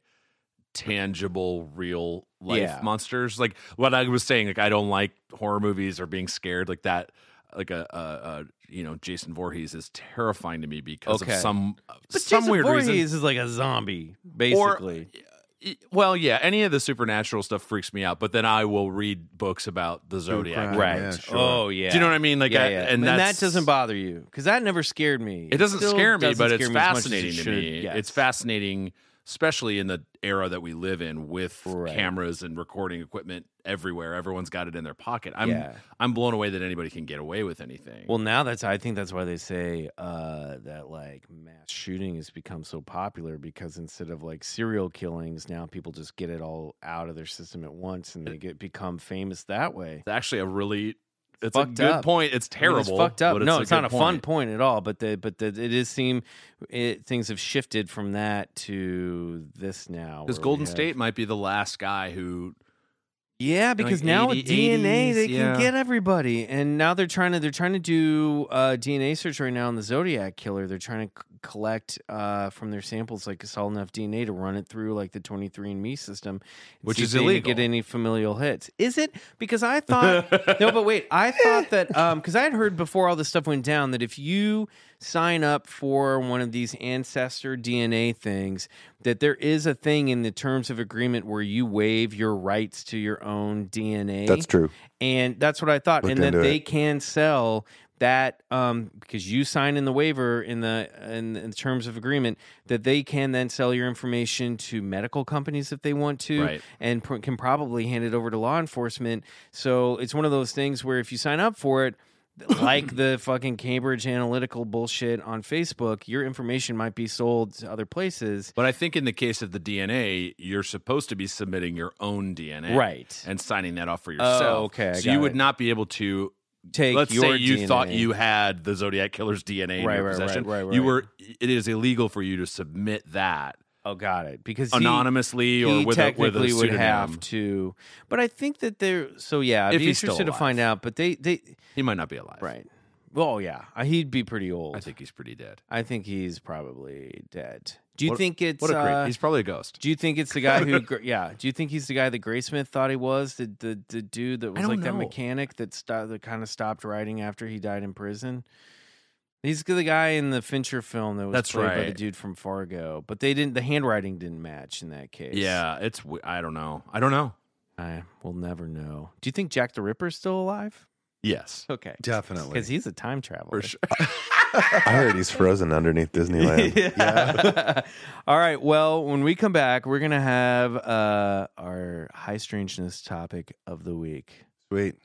Speaker 5: tangible, real life
Speaker 2: Yeah.
Speaker 5: monsters. Like what I was saying, like I don't like horror movies or being scared like that. Like a, a, a you know Jason Voorhees is terrifying to me because
Speaker 2: Okay.
Speaker 5: of some some
Speaker 2: Jason
Speaker 5: weird
Speaker 2: Voorhees
Speaker 5: reason.
Speaker 2: is like a zombie, basically.
Speaker 5: Y- Well, yeah, any of the supernatural stuff freaks me out, but then I will read books about the zodiac.
Speaker 3: crime,
Speaker 2: Right.
Speaker 3: Yeah, sure.
Speaker 2: Oh yeah.
Speaker 5: Do you know what I mean? Like,
Speaker 2: yeah,
Speaker 5: I-
Speaker 2: yeah.
Speaker 5: and,
Speaker 2: And,
Speaker 5: that's-
Speaker 2: that doesn't bother you because that never scared me.
Speaker 5: It doesn't
Speaker 2: still
Speaker 5: scare me,
Speaker 2: doesn't
Speaker 5: but it's
Speaker 2: scare me as much as it
Speaker 5: fascinating to
Speaker 2: should.
Speaker 5: me.
Speaker 2: Yes.
Speaker 5: It's fascinating, especially in the era that we live in with
Speaker 2: Right.
Speaker 5: cameras and recording equipment everywhere. Everyone's got it in their pocket. I'm
Speaker 2: Yeah.
Speaker 5: I'm blown away that anybody can get away with anything.
Speaker 2: Well, now that's I think that's why they say uh, that like mass shooting has become so popular because instead of like serial killings, now people just get it all out of their system at once and they get become famous that way.
Speaker 5: it's actually a really it's a
Speaker 2: fucked
Speaker 5: good
Speaker 2: up.
Speaker 5: point. It's
Speaker 2: I mean,
Speaker 5: terrible.
Speaker 2: it's fucked up.
Speaker 5: but
Speaker 2: no, it's
Speaker 5: a
Speaker 2: not a
Speaker 5: good
Speaker 2: fun point at all. But the but the, it is seem it, things have shifted from that to this now.
Speaker 5: Because
Speaker 2: where we
Speaker 5: Golden
Speaker 2: have-
Speaker 5: State might be the last guy who
Speaker 2: Yeah, because now
Speaker 5: 80,
Speaker 2: with DNA
Speaker 5: 80s,
Speaker 2: they can
Speaker 5: yeah.
Speaker 2: get everybody, and now they're trying to they're trying to do uh, DNA search right now on the Zodiac killer. They're trying to c- collect uh, from their samples like solid enough DNA to run it through like the 23andMe system, and
Speaker 5: Which
Speaker 2: see
Speaker 5: is
Speaker 2: if they didn't Get
Speaker 5: illegal.
Speaker 2: any familial hits? Is it because I thought no, but wait, I thought that because I had heard before all this stuff went down that if you sign up for one of these ancestor DNA things, that there is a thing in the terms of agreement where you waive your rights to your own DNA.
Speaker 4: That's true.
Speaker 2: and that's what I thought,
Speaker 4: Looked
Speaker 2: and that
Speaker 4: into
Speaker 2: they
Speaker 4: it.
Speaker 2: can sell that um, because you sign in the waiver in the in, in terms of agreement that they can then sell your information to medical companies if they want to
Speaker 5: Right.
Speaker 2: and pr- can probably hand it over to law enforcement. So it's one of those things where if you sign up for it, like the fucking Cambridge Analytical bullshit on Facebook, your information might be sold to other places.
Speaker 5: But I think in the case of the DNA, you're supposed to be submitting your own DNA,
Speaker 2: Right. Oh,
Speaker 5: and signing that off for yourself.
Speaker 2: okay, I
Speaker 5: so
Speaker 2: got
Speaker 5: you would
Speaker 2: it.
Speaker 5: not be able to
Speaker 2: Take
Speaker 5: Let's say
Speaker 2: your
Speaker 5: you
Speaker 2: DNA.
Speaker 5: thought you had the Zodiac killer's DNA in
Speaker 2: Right,
Speaker 5: your
Speaker 2: right, right,
Speaker 5: possession.
Speaker 2: right, right.
Speaker 5: You were. It is illegal for you to submit that
Speaker 2: oh got it because he-
Speaker 5: anonymously or with
Speaker 2: he
Speaker 5: a, with a
Speaker 2: technically would
Speaker 5: pseudonym.
Speaker 2: have to. But I think that they're so yeah. I'd
Speaker 5: If
Speaker 2: be
Speaker 5: he's still
Speaker 2: interested to
Speaker 5: alive.
Speaker 2: find out. But they they
Speaker 5: He might not be alive.
Speaker 2: right. Well, yeah, I- he'd be pretty old.
Speaker 5: I think he's pretty dead.
Speaker 2: I think he's probably dead. Do you
Speaker 5: What-
Speaker 2: think it's
Speaker 5: What a great.
Speaker 2: uh,
Speaker 5: he's probably a ghost.
Speaker 2: Do you think it's the guy who? Gr- yeah. Do you think he's the guy that Graysmith thought he was? The the, the dude that was
Speaker 5: don't
Speaker 2: like that
Speaker 5: know.
Speaker 2: mechanic that sto- that kind of stopped writing after he died in prison. He's the guy in the Fincher film that was
Speaker 5: That's
Speaker 2: played by the
Speaker 5: right.
Speaker 2: dude from Fargo, but they didn't. The handwriting didn't match in that case.
Speaker 5: Yeah, it's. w- I don't know. I don't know.
Speaker 2: I will never know. Do you think Jack the Ripper's still alive?
Speaker 5: Yes.
Speaker 2: Okay,
Speaker 3: definitely
Speaker 2: because he's a time traveler
Speaker 5: For sure.
Speaker 4: I heard he's frozen underneath Disneyland.
Speaker 2: yeah. All right. Well, when we come back, we're gonna have uh, our high strangeness topic of the week.
Speaker 3: sweet.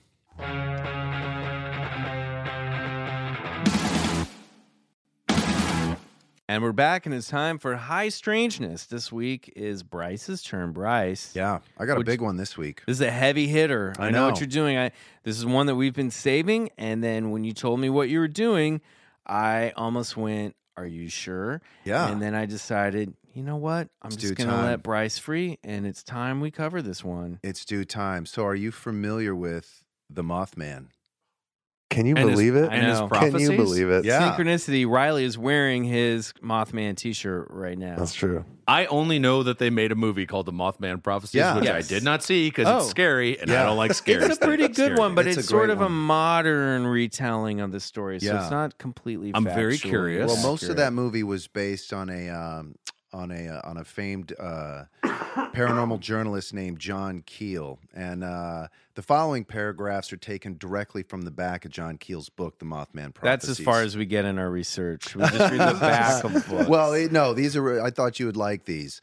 Speaker 2: And we're back, and it's time for High Strangeness. This week is Bryce's turn. Bryce.
Speaker 3: Yeah, I got a
Speaker 2: Would-
Speaker 3: big one this week.
Speaker 2: This is a heavy hitter.
Speaker 3: I
Speaker 2: I, know.
Speaker 3: know.
Speaker 2: what you're doing. I this is one that we've been saving. And then when you told me what you were doing, I almost went, Are you sure?
Speaker 3: Yeah.
Speaker 2: And then I decided, you know what? I'm
Speaker 3: It's
Speaker 2: just
Speaker 3: due
Speaker 2: gonna
Speaker 3: time.
Speaker 2: let Bryce free, and it's time we cover this one.
Speaker 3: It's due time. So, are you familiar with the Mothman?
Speaker 4: Can you
Speaker 5: And his-
Speaker 4: believe it?
Speaker 2: I
Speaker 5: And his
Speaker 4: Can
Speaker 2: know.
Speaker 5: prophecies?
Speaker 4: you believe it?
Speaker 3: Yeah.
Speaker 2: Synchronicity. Riley is wearing his Mothman T-shirt right now.
Speaker 4: That's true.
Speaker 5: I only know that they made a movie called The Mothman Prophecies,
Speaker 3: Yeah.
Speaker 5: which
Speaker 2: Yes.
Speaker 5: I did not see because
Speaker 2: Oh.
Speaker 5: it's scary and I
Speaker 3: Yeah.
Speaker 5: don't like scary.
Speaker 2: It's a
Speaker 5: stuff.
Speaker 2: pretty
Speaker 5: That's
Speaker 2: good
Speaker 5: scary.
Speaker 2: one, but
Speaker 3: It's
Speaker 2: it's,
Speaker 3: a
Speaker 2: sort
Speaker 3: great
Speaker 2: of a
Speaker 3: one.
Speaker 2: modern retelling of the story, so
Speaker 3: Yeah.
Speaker 2: it's not completely.
Speaker 5: I'm very
Speaker 2: factually
Speaker 5: curious.
Speaker 3: Well,
Speaker 5: Yes.
Speaker 3: most of
Speaker 2: accurate.
Speaker 3: that movie was based on a um, on a uh, on a famed uh, paranormal journalist named John Keel, and uh, the following paragraphs are taken directly from the back of John Keel's book, The Mothman Prophecies.
Speaker 2: That's as far as we get in our research. We just read the back of books.
Speaker 3: Well, eh, no, these are. I thought you would like these.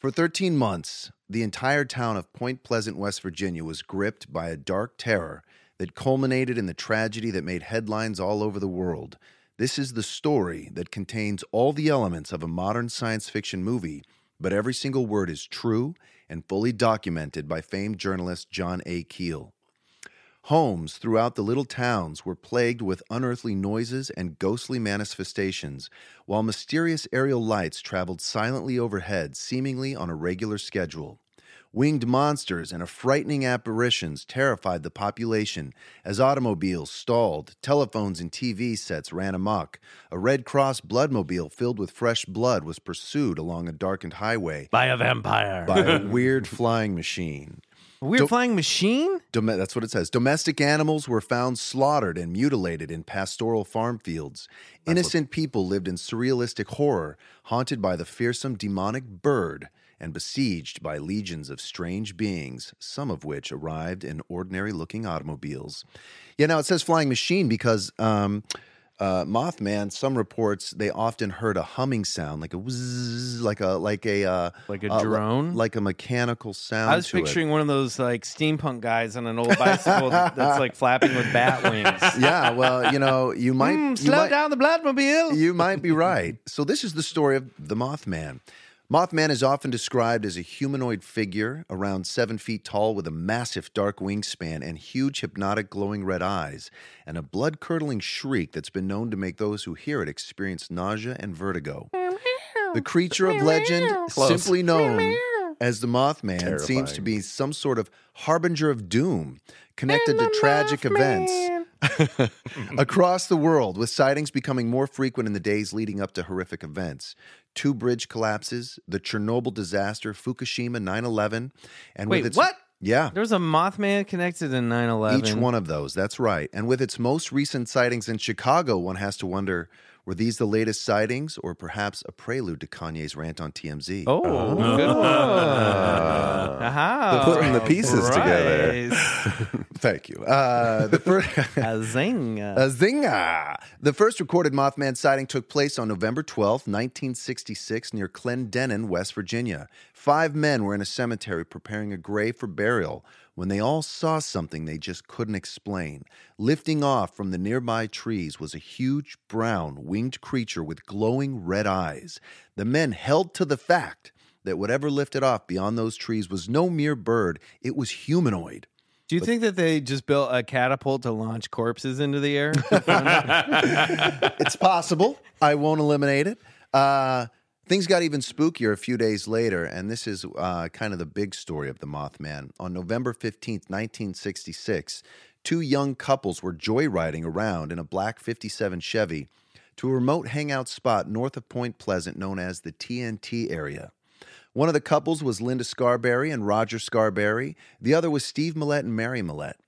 Speaker 3: For 13 months, the entire town of Point Pleasant, West Virginia, was gripped by a dark terror that culminated in the tragedy that made headlines all over the world. This is the story that contains all the elements of a modern science fiction movie, but every single word is true and fully documented by famed journalist John A. Keel. Homes throughout the little towns were plagued with unearthly noises and ghostly manifestations, while mysterious aerial lights traveled silently overhead, seemingly on a regular schedule. Winged monsters and affrightening apparitions terrified the population as automobiles stalled, telephones and TV sets ran amok. A Red Cross bloodmobile filled with fresh blood was pursued along a darkened highway
Speaker 2: by a vampire,
Speaker 3: by a weird flying machine.
Speaker 2: a weird
Speaker 3: Don't-
Speaker 2: flying machine.
Speaker 3: Dom- that's what it says. Domestic animals were found slaughtered and mutilated in pastoral farm fields. Innocent people lived in surrealistic horror, haunted by the fearsome demonic bird and besieged by legions of strange beings, some of which arrived in ordinary looking automobiles. Yeah, now it says flying machine because um, uh, Mothman, some reports, they often heard a humming sound, like a whizz, like a, like a, uh,
Speaker 2: Like a
Speaker 3: uh, li-
Speaker 2: drone?
Speaker 3: like a mechanical sound.
Speaker 2: I was
Speaker 3: to it.
Speaker 2: picturing one of those like steampunk guys on an old bicycle that's like flapping with bat wings.
Speaker 3: yeah, well, you know, you might
Speaker 2: Mm,
Speaker 3: you
Speaker 2: slow
Speaker 3: might-
Speaker 2: down the bloodmobile.
Speaker 3: You might be right. So this is the story of the Mothman. Mothman is often described as a humanoid figure around seven feet tall with a massive dark wingspan and huge hypnotic glowing red eyes, and a blood curdling shriek that's been known to make those who hear it experience nausea and vertigo. The creature of legend, simply known as the Mothman, seems to
Speaker 4: Terrifying.
Speaker 3: be some sort of harbinger of doom connected to tragic events across the world, with sightings becoming more frequent in the days leading up to horrific events. Two bridge collapses, the Chernobyl disaster, Fukushima 9 11, and
Speaker 2: Wait,
Speaker 3: with its.
Speaker 2: what?
Speaker 3: Yeah.
Speaker 2: There was a Mothman connected in 9/11.
Speaker 3: Each one of those, that's right. And with its most recent sightings in Chicago, one has to wonder were these the latest sightings or perhaps a prelude to Kanye's rant on TMZ?
Speaker 2: Oh, good one. Aha.
Speaker 4: Putting the pieces together.
Speaker 2: Christ.
Speaker 3: thank you. Uh, the first.
Speaker 2: A zing.
Speaker 3: A zinga! The first recorded Mothman sighting took place on November 12, 1966, near Clendenin, West Virginia. Five men were in a cemetery preparing a grave for burial when they all saw something they just couldn't explain. Lifting off from the nearby trees was a huge brown winged creature with glowing red eyes. The men held to the fact that whatever lifted off beyond those trees was no mere bird, it was humanoid.
Speaker 2: Do you think that they just built a catapult to launch corpses into the air?
Speaker 3: It's possible. I won't eliminate it. Uh, things got even spookier a few days later, and this is uh, kind of the big story of the Mothman. On November 15th, 1966, two young couples were joyriding around in a black 57 Chevy to a remote hangout spot north of Point Pleasant known as the TNT area. One of the couples was Linda Scarberry and Roger Scarberry. The other was Steve Millett and Mary Millett.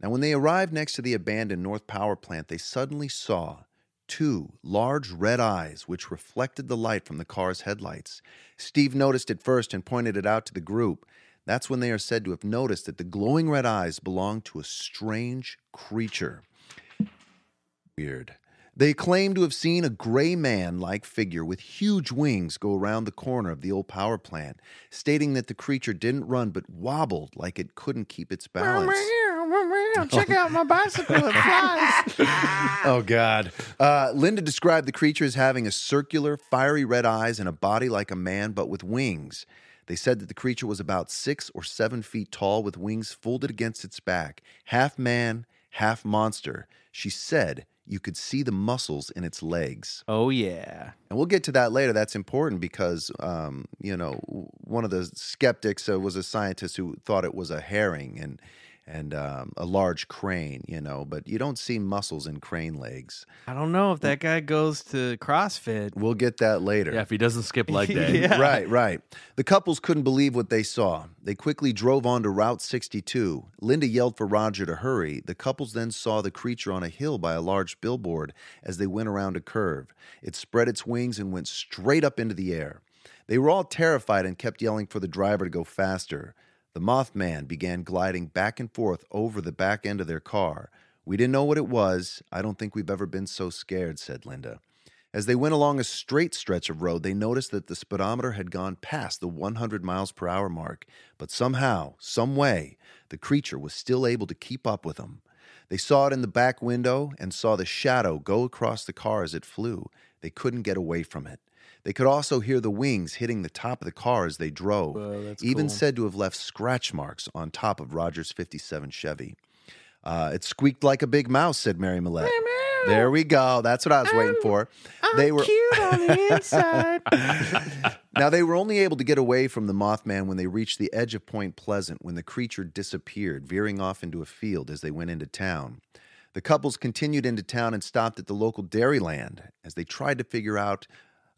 Speaker 3: Now, when they arrived next to the abandoned North Power Plant, they suddenly saw two large red eyes which reflected the light from the car's headlights. Steve noticed it first and pointed it out to the group. That's when they are said to have noticed that the glowing red eyes belonged to a strange creature. Weird. They claim to have seen a gray man like figure with huge wings go around the corner of the old power plant, stating that the creature didn't run but wobbled like it couldn't keep its balance.
Speaker 2: Check out my bicycle. It flies.
Speaker 3: Oh God! Uh, Linda described the creature as having a circular, fiery red eyes and a body like a man, but with wings. They said that the creature was about six or seven feet tall, with wings folded against its back, half man, half monster. She said you could see the muscles in its legs,
Speaker 2: Oh, yeah.
Speaker 3: and we'll get to that later. That's important because um, you know w- one of the skeptics uh, was a scientist who thought it was a herring, and and um, a large crane, you know, but you don't see muscles in crane legs.
Speaker 2: I don't know if that guy goes to CrossFit.
Speaker 3: We'll get that later.
Speaker 5: Yeah, if he doesn't skip leg day.
Speaker 2: Yeah.
Speaker 3: Right, right. The couples couldn't believe what they saw. They quickly drove onto Route 62. Linda yelled for Roger to hurry. The couples then saw the creature on a hill by a large billboard as they went around a curve. It spread its wings and went straight up into the air. They were all terrified and kept yelling for the driver to go faster. The Mothman began gliding back and forth over the back end of their car. We didn't know what it was. I don't think we've ever been so scared, said Linda. As they went along a straight stretch of road, they noticed that the speedometer had gone past the 100 miles per hour mark, but somehow, some way, the creature was still able to keep up with them. They saw it in the back window and saw the shadow go across the car as it flew. They couldn't get away from it. They could also hear the wings hitting the top of the car as they drove, even said to have left scratch marks on top of Roger's 57 Chevy. Uh, it squeaked like a big mouse, said Mary Millette. There we go. That's what I was waiting for. they were
Speaker 2: Cute on the inside.
Speaker 3: now they were only able to get away from the Mothman when they reached the edge of Point Pleasant when the creature disappeared, veering off into a field as they went into town. The couples continued into town and stopped at the local Dairyland as they tried to figure out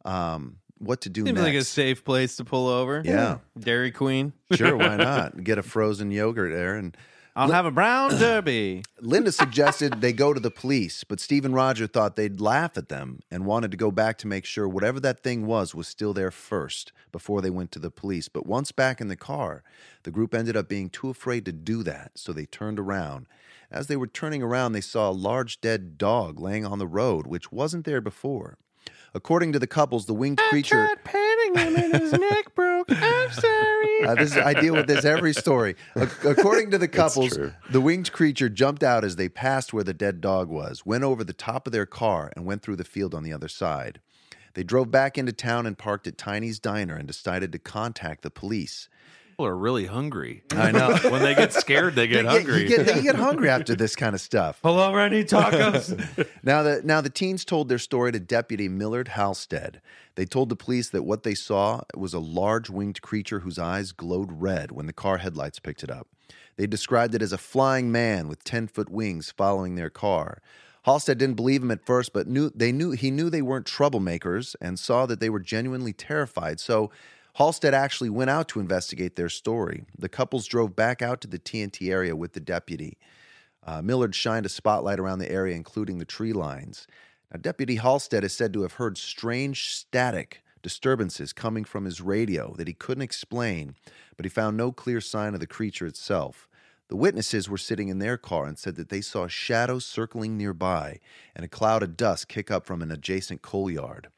Speaker 3: um, what to do
Speaker 2: Seems
Speaker 3: next.
Speaker 2: like a safe place to pull over.
Speaker 3: Yeah.
Speaker 2: Dairy Queen.
Speaker 3: sure, why not? Get a frozen yogurt there and
Speaker 2: I'll have a brown derby.
Speaker 3: Linda suggested they go to the police, but Steve and Roger thought they'd laugh at them and wanted to go back to make sure whatever that thing was was still there first before they went to the police. But once back in the car, the group ended up being too afraid to do that, so they turned around. As they were turning around, they saw a large dead dog laying on the road, which wasn't there before. According to the couples, the winged creature.
Speaker 2: patting him and his neck broke. I'm sorry.
Speaker 3: Uh, this is, I deal with this every story. A- according to the couples,
Speaker 4: true.
Speaker 3: the winged creature jumped out as they passed where the dead dog was, went over the top of their car, and went through the field on the other side. They drove back into town and parked at Tiny's Diner and decided to contact the police.
Speaker 5: People are really hungry.
Speaker 3: I know.
Speaker 5: when they get scared, they get
Speaker 3: You
Speaker 5: hungry.
Speaker 3: You get, you get hungry after this kind of stuff.
Speaker 2: Pull over, I need tacos.
Speaker 3: Now the now the teens told their story to Deputy Millard Halstead. They told the police that what they saw was a large winged creature whose eyes glowed red when the car headlights picked it up. They described it as a flying man with ten foot wings following their car. Halstead didn't believe him at first, but knew they knew he knew they weren't troublemakers and saw that they were genuinely terrified. So Halstead actually went out to investigate their story. The couples drove back out to the TNT area with the deputy. Uh, Millard shined a spotlight around the area, including the tree lines. Now, Deputy Halstead is said to have heard strange static disturbances coming from his radio that he couldn't explain, but he found no clear sign of the creature itself. The witnesses were sitting in their car and said that they saw shadows circling nearby and a cloud of dust kick up from an adjacent coal yard.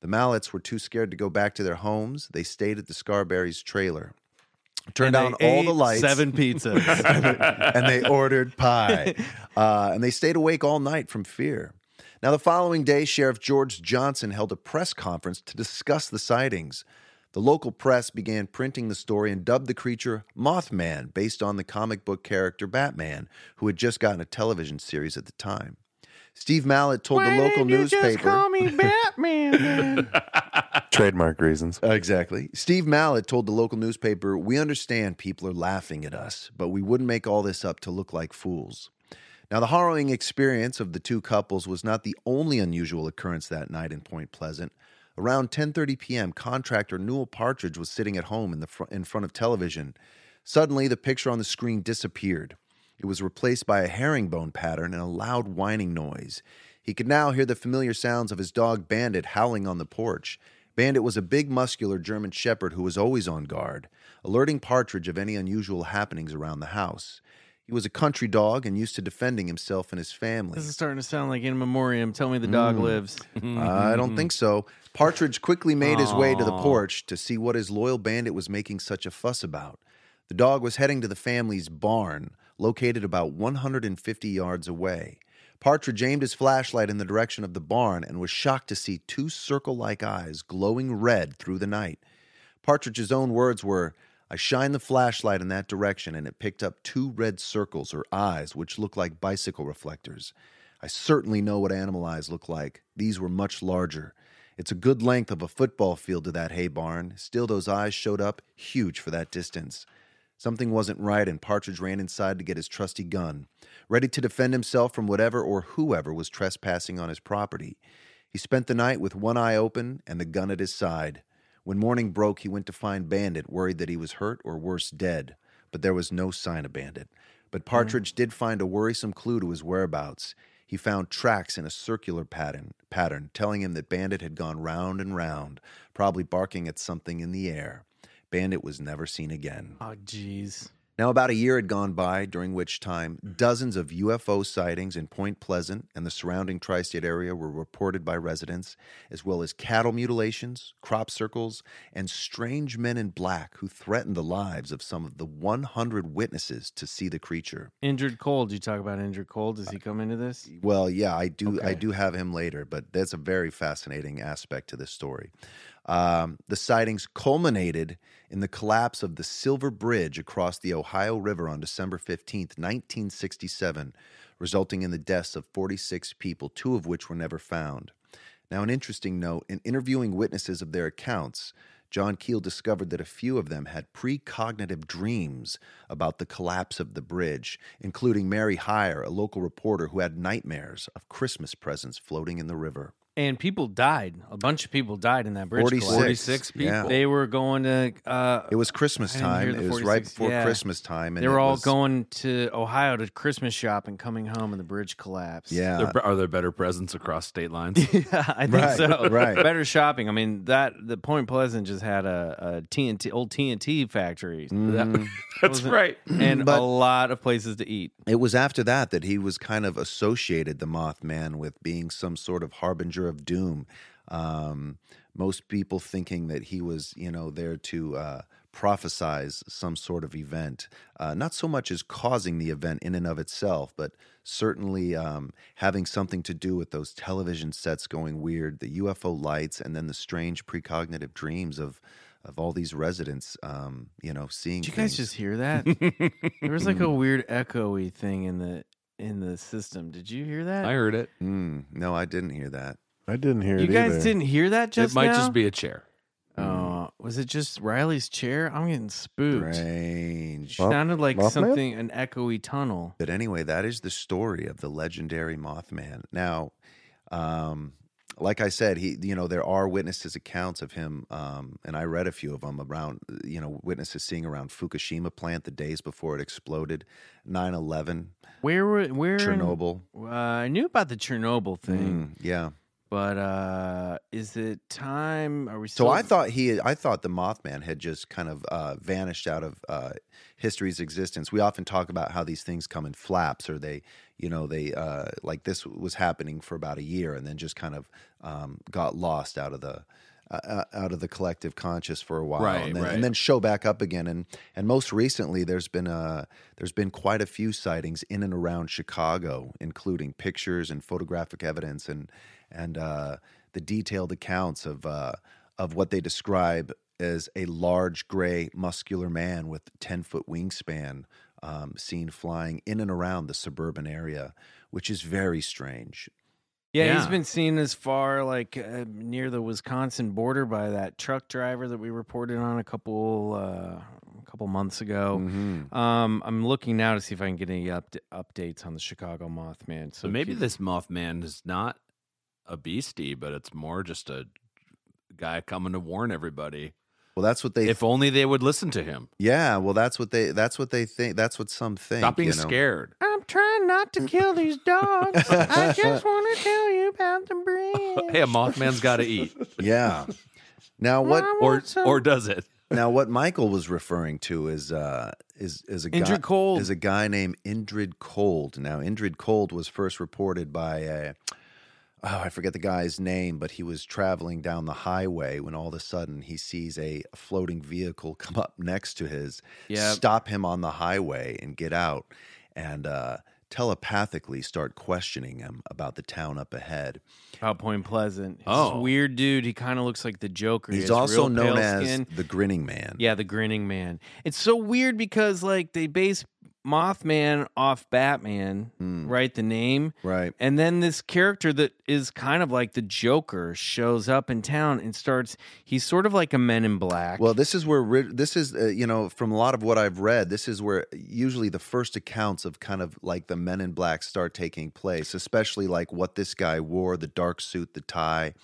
Speaker 3: The Mallets were too scared to go back to their homes. They stayed at the Scarberry's trailer. Turned
Speaker 2: And
Speaker 3: on
Speaker 2: they
Speaker 3: all the
Speaker 2: ate
Speaker 3: lights
Speaker 2: Seven pizzas.
Speaker 3: and they ordered pie. Uh, and they stayed awake all night from fear. Now, the following day, Sheriff George Johnson held a press conference to discuss the sightings. The local press began printing the story and dubbed the creature Mothman, based on the comic book character Batman, who had just gotten a television series at the time. Steve Mallett told the local newspaper.
Speaker 2: me Batman.
Speaker 4: Trademark reasons.
Speaker 3: Uh, Exactly. Steve Mallett told the local newspaper, We understand people are laughing at us, but we wouldn't make all this up to look like fools. Now, the harrowing experience of the two couples was not the only unusual occurrence that night in Point Pleasant. Around 10:30 p.m., contractor Newell Partridge was sitting at home in the fr- in front of television. Suddenly, the picture on the screen disappeared. It was replaced by a herringbone pattern and a loud whining noise. He could now hear the familiar sounds of his dog Bandit howling on the porch. Bandit was a big, muscular German shepherd who was always on guard, alerting Partridge of any unusual happenings around the house. He was a country dog and used to defending himself and his family.
Speaker 2: This is starting to sound like in memoriam. Tell me the
Speaker 3: Mm.
Speaker 2: dog lives.
Speaker 3: I don't think so. Partridge quickly made his way to the porch to see what his loyal bandit was making such a fuss about. The dog was heading to the family's barn, located about 150 yards away. Partridge aimed his flashlight in the direction of the barn and was shocked to see two circle like eyes glowing red through the night. Partridge's own words were, I shined the flashlight in that direction and it picked up two red circles or eyes which looked like bicycle reflectors. I certainly know what animal eyes look like. These were much larger. It's a good length of a football field to that hay barn. Still, those eyes showed up huge for that distance. Something wasn't right, and Partridge ran inside to get his trusty gun, ready to defend himself from whatever or whoever was trespassing on his property. He spent the night with one eye open and the gun at his side. When morning broke, he went to find Bandit, worried that he was hurt or worse, dead. But there was no sign of Bandit. But Partridge did find a worrisome clue to his whereabouts. He found tracks in a circular pattern, pattern telling him that Bandit had gone round and round, probably barking at something in the air. Bandit was never seen again.
Speaker 2: Oh, jeez.
Speaker 3: Now, about a year had gone by, during which time dozens of UFO sightings in Point Pleasant and the surrounding tri state area were reported by residents, as well as cattle mutilations, crop circles, and strange men in black who threatened the lives of some of the 100 witnesses to see the creature.
Speaker 2: Injured Cold. You talk about injured Cold. Does he come into this?
Speaker 3: Well, yeah, I do. I
Speaker 2: Okay.
Speaker 3: do have him later, but that's a very fascinating aspect to this story. Um, the sightings culminated in the collapse of the Silver Bridge across the Ohio River on December fifteenth, nineteen sixty-seven, resulting in the deaths of forty-six people, two of which were never found. Now, an interesting note in interviewing witnesses of their accounts, John Keel discovered that a few of them had precognitive dreams about the collapse of the bridge, including Mary Heyer, a local reporter who had nightmares of Christmas presents floating in the river.
Speaker 2: And people died. A bunch of people died in that bridge. collapse.
Speaker 5: 46 people.
Speaker 3: yeah.
Speaker 2: They were going to. Uh,
Speaker 3: It was Christmas
Speaker 2: I didn't hear
Speaker 3: time.
Speaker 2: the
Speaker 3: It was right
Speaker 2: 46
Speaker 3: before
Speaker 2: yeah.
Speaker 3: Christmas time. And
Speaker 2: they were
Speaker 3: it
Speaker 2: all
Speaker 3: was-
Speaker 2: going to Ohio to Christmas shop and coming home, and the bridge collapsed.
Speaker 3: Yeah.
Speaker 5: There- are there better presents across state lines?
Speaker 2: uh, yeah, I think
Speaker 3: Right,
Speaker 2: so.
Speaker 3: right.
Speaker 2: Better shopping. I mean, that the Point Pleasant just had a, a TNT old TNT factory,
Speaker 3: Mhm.
Speaker 5: That's right.
Speaker 2: and
Speaker 3: But-
Speaker 2: a lot of places to eat.
Speaker 3: It was after that that he was kind of associated the Mothman with being some sort of harbinger of doom. Um, most people thinking that he was, you know, there to uh, prophesize some sort of event, uh, not so much as causing the event in and of itself, but certainly um, having something to do with those television sets going weird, the UFO lights, and then the strange precognitive dreams of of all these residents, um, you know, seeing.
Speaker 2: Did you guys
Speaker 3: things.
Speaker 2: just hear that? there was like a weird echoey thing in the in the system. Did you hear that?
Speaker 5: I heard it.
Speaker 3: Mm, no, I didn't hear that.
Speaker 4: I didn't hear
Speaker 2: you
Speaker 4: it
Speaker 2: guys
Speaker 4: either.
Speaker 2: didn't hear that just
Speaker 5: it might
Speaker 2: now?
Speaker 5: just be a chair.
Speaker 3: Mm.
Speaker 2: Uh, was it just Riley's chair? I'm getting spooked.
Speaker 3: Strange.
Speaker 4: Moth-
Speaker 2: Sounded like
Speaker 4: Mothman?
Speaker 2: something an echoey tunnel.
Speaker 3: But anyway, that is the story of the legendary Mothman. Now, um, like I said, he, you know, there are witnesses' accounts of him, um, and I read a few of them around, you know, witnesses seeing around Fukushima plant the days before it exploded, 9 11,
Speaker 2: Where were where in-
Speaker 3: Chernobyl.
Speaker 2: uh, I knew about the Chernobyl thing,
Speaker 3: Mm, yeah.
Speaker 2: but uh is it time? Are we
Speaker 3: So
Speaker 2: still
Speaker 3: I thought he, I thought the Mothman had just kind of uh, vanished out of uh, history's existence. We often talk about how these things come in flaps, or they, you know, they uh, like this was happening for about a year and then just kind of um, got lost out of the. Uh, uh, out of the collective conscious for a while,
Speaker 5: Right,
Speaker 3: and, then,
Speaker 5: right.
Speaker 3: and then show back up again. And and most recently, there's been a there's been quite a few sightings in and around Chicago, including pictures and photographic evidence, and and uh, the detailed accounts of uh, of what they describe as a large gray muscular man with 10 foot wingspan um, seen flying in and around the suburban area which is very strange
Speaker 2: yeah, he's
Speaker 5: Yeah.
Speaker 2: been seen as far like uh, near the Wisconsin border by that truck driver that we reported on a couple uh, a couple months ago.
Speaker 5: Mm-hmm.
Speaker 3: Mm.
Speaker 2: Um, I'm looking now to see if I can get any upd updates on the Chicago Mothman.
Speaker 5: So maybe this Mothman is not a beastie, but it's more just a guy coming to warn everybody.
Speaker 3: well that's what they
Speaker 5: If only they would listen to him.
Speaker 3: yeah well that's what they that's what they think that's what some think
Speaker 5: Stop being
Speaker 3: you know?
Speaker 5: scared.
Speaker 2: I'm trying not to kill these dogs. I just want to tell you about the bridge.
Speaker 5: Hey, a Mothman's got to eat,
Speaker 3: yeah now what
Speaker 5: or or does it?
Speaker 3: now what michael was referring to is uh is is a guy,
Speaker 2: Indrid Cold.
Speaker 3: is a guy named Indrid Cold. Now, Indrid Cold was first reported by a, oh, I forget the guy's name, but he was traveling down the highway when all of a sudden he sees a floating vehicle come up next to his,
Speaker 2: Yep.
Speaker 3: stop him on the highway and get out, and uh, telepathically start questioning him about the town up ahead.
Speaker 2: About Point Pleasant. He's
Speaker 5: Oh.
Speaker 2: this weird dude. He kind of looks like the Joker. He
Speaker 3: He's
Speaker 2: has
Speaker 3: also
Speaker 2: real
Speaker 3: known
Speaker 2: pale
Speaker 3: as
Speaker 2: skin.
Speaker 3: the Grinning Man.
Speaker 2: yeah, the grinning man. It's so weird because like they base Mothman off Batman, right? The name.
Speaker 3: Hmm. Right.
Speaker 2: And then this character that is kind of like the Joker shows up in town and starts, he's sort of like a men in black.
Speaker 3: Well, this is where ri- this is, uh, you know, from a lot of what I've read, this is where usually the first accounts of kind of like the Men in Black start taking place, especially like what this guy wore, the dark suit, the tie,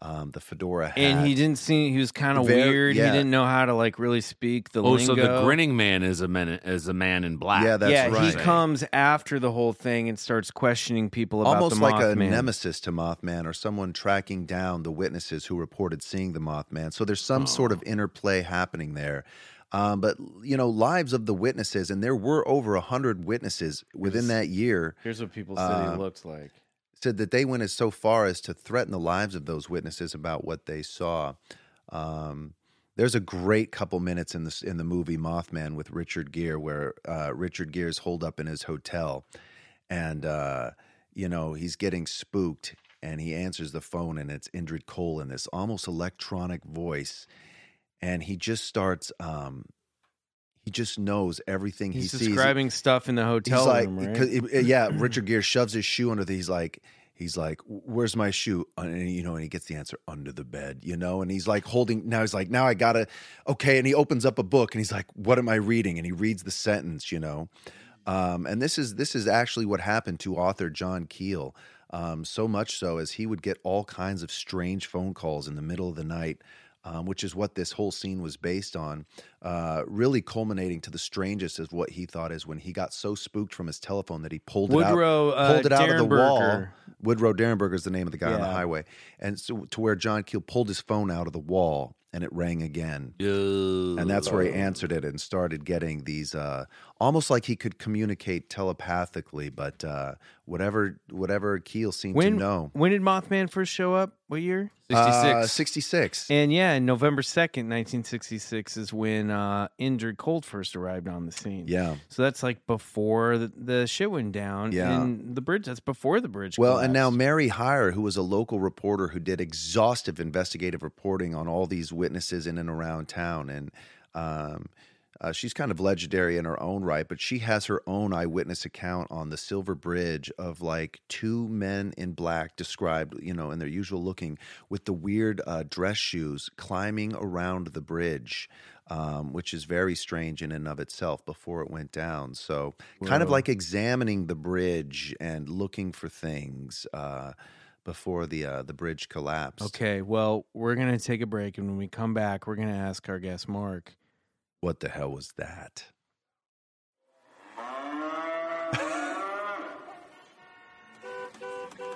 Speaker 3: um, the fedora hat.
Speaker 2: and he didn't seem, he was kind of
Speaker 3: Very-
Speaker 2: weird.
Speaker 3: yeah.
Speaker 2: He didn't know how to like really speak the
Speaker 5: Oh, so
Speaker 2: lingo.
Speaker 5: the grinning man is a man is a man in black.
Speaker 3: Yeah, that's
Speaker 2: yeah,
Speaker 3: right.
Speaker 2: he comes after the whole thing and starts questioning people about
Speaker 3: almost
Speaker 2: the
Speaker 3: like a
Speaker 2: Mothman.
Speaker 3: nemesis to Mothman or someone tracking down the witnesses who reported seeing the Mothman. So there's some sort
Speaker 2: Oh.
Speaker 3: of interplay happening there. Um, but you know, lives of the witnesses, and there were over a hundred witnesses within that year.
Speaker 2: Here's what people said
Speaker 3: Uh,
Speaker 2: he looked like.
Speaker 3: said that they went as so far as to threaten the lives of those witnesses about what they saw. Um, there's a great couple minutes in this in the movie Mothman with Richard Gere, where uh, Richard Gere's holed up in his hotel, and uh, you know he's getting spooked, and he answers the phone, and it's Indrid Cole in this almost electronic voice, and he just starts. Um, he just knows everything
Speaker 2: He's
Speaker 3: he sees.
Speaker 2: describing stuff in the hotel
Speaker 3: He's like,
Speaker 2: room, right?
Speaker 3: 'cause it- it- yeah, Richard Gere shoves his shoe under the. He's like, he's like, where's my shoe? And you know, and he gets the answer under the bed, you know. And he's like holding. Now he's like, now I gotta, okay. And he opens up a book and he's like, what am I reading? And he reads the sentence, you know. Um, and this is this is actually what happened to author John Keel. Um, so much so as he would get all kinds of strange phone calls in the middle of the night, um, which is what this whole scene was based on. Uh, really culminating to the strangest is what he thought is when he got so spooked from his telephone that he pulled
Speaker 2: Woodrow,
Speaker 3: it
Speaker 2: uh,
Speaker 3: out, pulled it out of the wall.
Speaker 2: Derenberger.
Speaker 3: Woodrow Derenberger is the name of the guy on the
Speaker 2: Yeah.
Speaker 3: highway, and so to where John Keel pulled his phone out of the wall and it rang again and that's where he answered it and started getting these uh, almost like he could communicate telepathically but uh, whatever whatever keel seemed
Speaker 2: when
Speaker 3: to know
Speaker 2: when did Mothman first show up? What year?
Speaker 3: Uh,
Speaker 5: 66.
Speaker 3: 66
Speaker 2: And yeah, and November second, nineteen sixty six, is when uh, Indrid Cold first arrived on the scene.
Speaker 3: yeah
Speaker 2: So that's like before the, the shit went down.
Speaker 3: Yeah.
Speaker 2: And the bridge. That's before the bridge.
Speaker 3: well and now
Speaker 2: collapsed.
Speaker 3: mary heyer who was a local reporter who did exhaustive investigative reporting on all these witnesses in and around town and um, uh, she's kind of legendary in her own right but she has her own eyewitness account on the silver bridge of like two men in black described you know in their usual looking with the weird uh, dress shoes climbing around the bridge um, which is very strange in and of itself before it went down so kind of like examining the bridge and looking for things uh, before the uh, the bridge collapsed
Speaker 2: Okay, well, we're gonna take a break, and when we come back, we're gonna ask our guest Mark.
Speaker 3: what the hell was that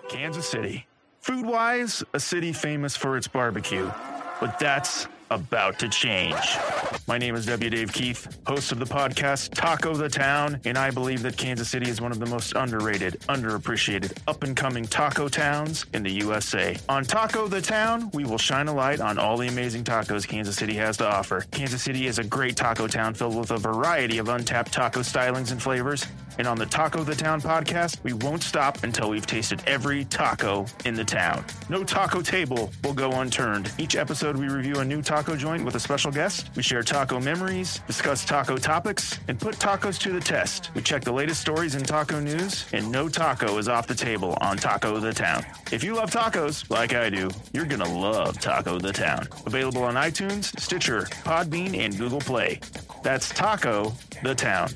Speaker 1: Kansas City. Food wise, a city famous for its barbecue. But that's about to change. My name is W. Dave Keith, host of the podcast Taco the Town, and I believe that Kansas City is one of the most underrated, underappreciated, up and coming taco towns in the USA. On Taco the Town, we will shine a light on all the amazing tacos Kansas City has to offer. Kansas City is a great taco town filled with a variety of untapped taco stylings and flavors. And on the Taco the Town podcast, we won't stop until we've tasted every taco in the town. No taco table will go unturned. Each episode, we review a new taco joint with a special guest. We share taco memories, discuss taco topics, and put tacos to the test. We check the latest stories in taco news, and no taco is off the table on Taco the Town. If you love tacos, like I do, you're going to love Taco the Town. Available on iTunes, Stitcher, Podbean, and Google Play. That's Taco the Town.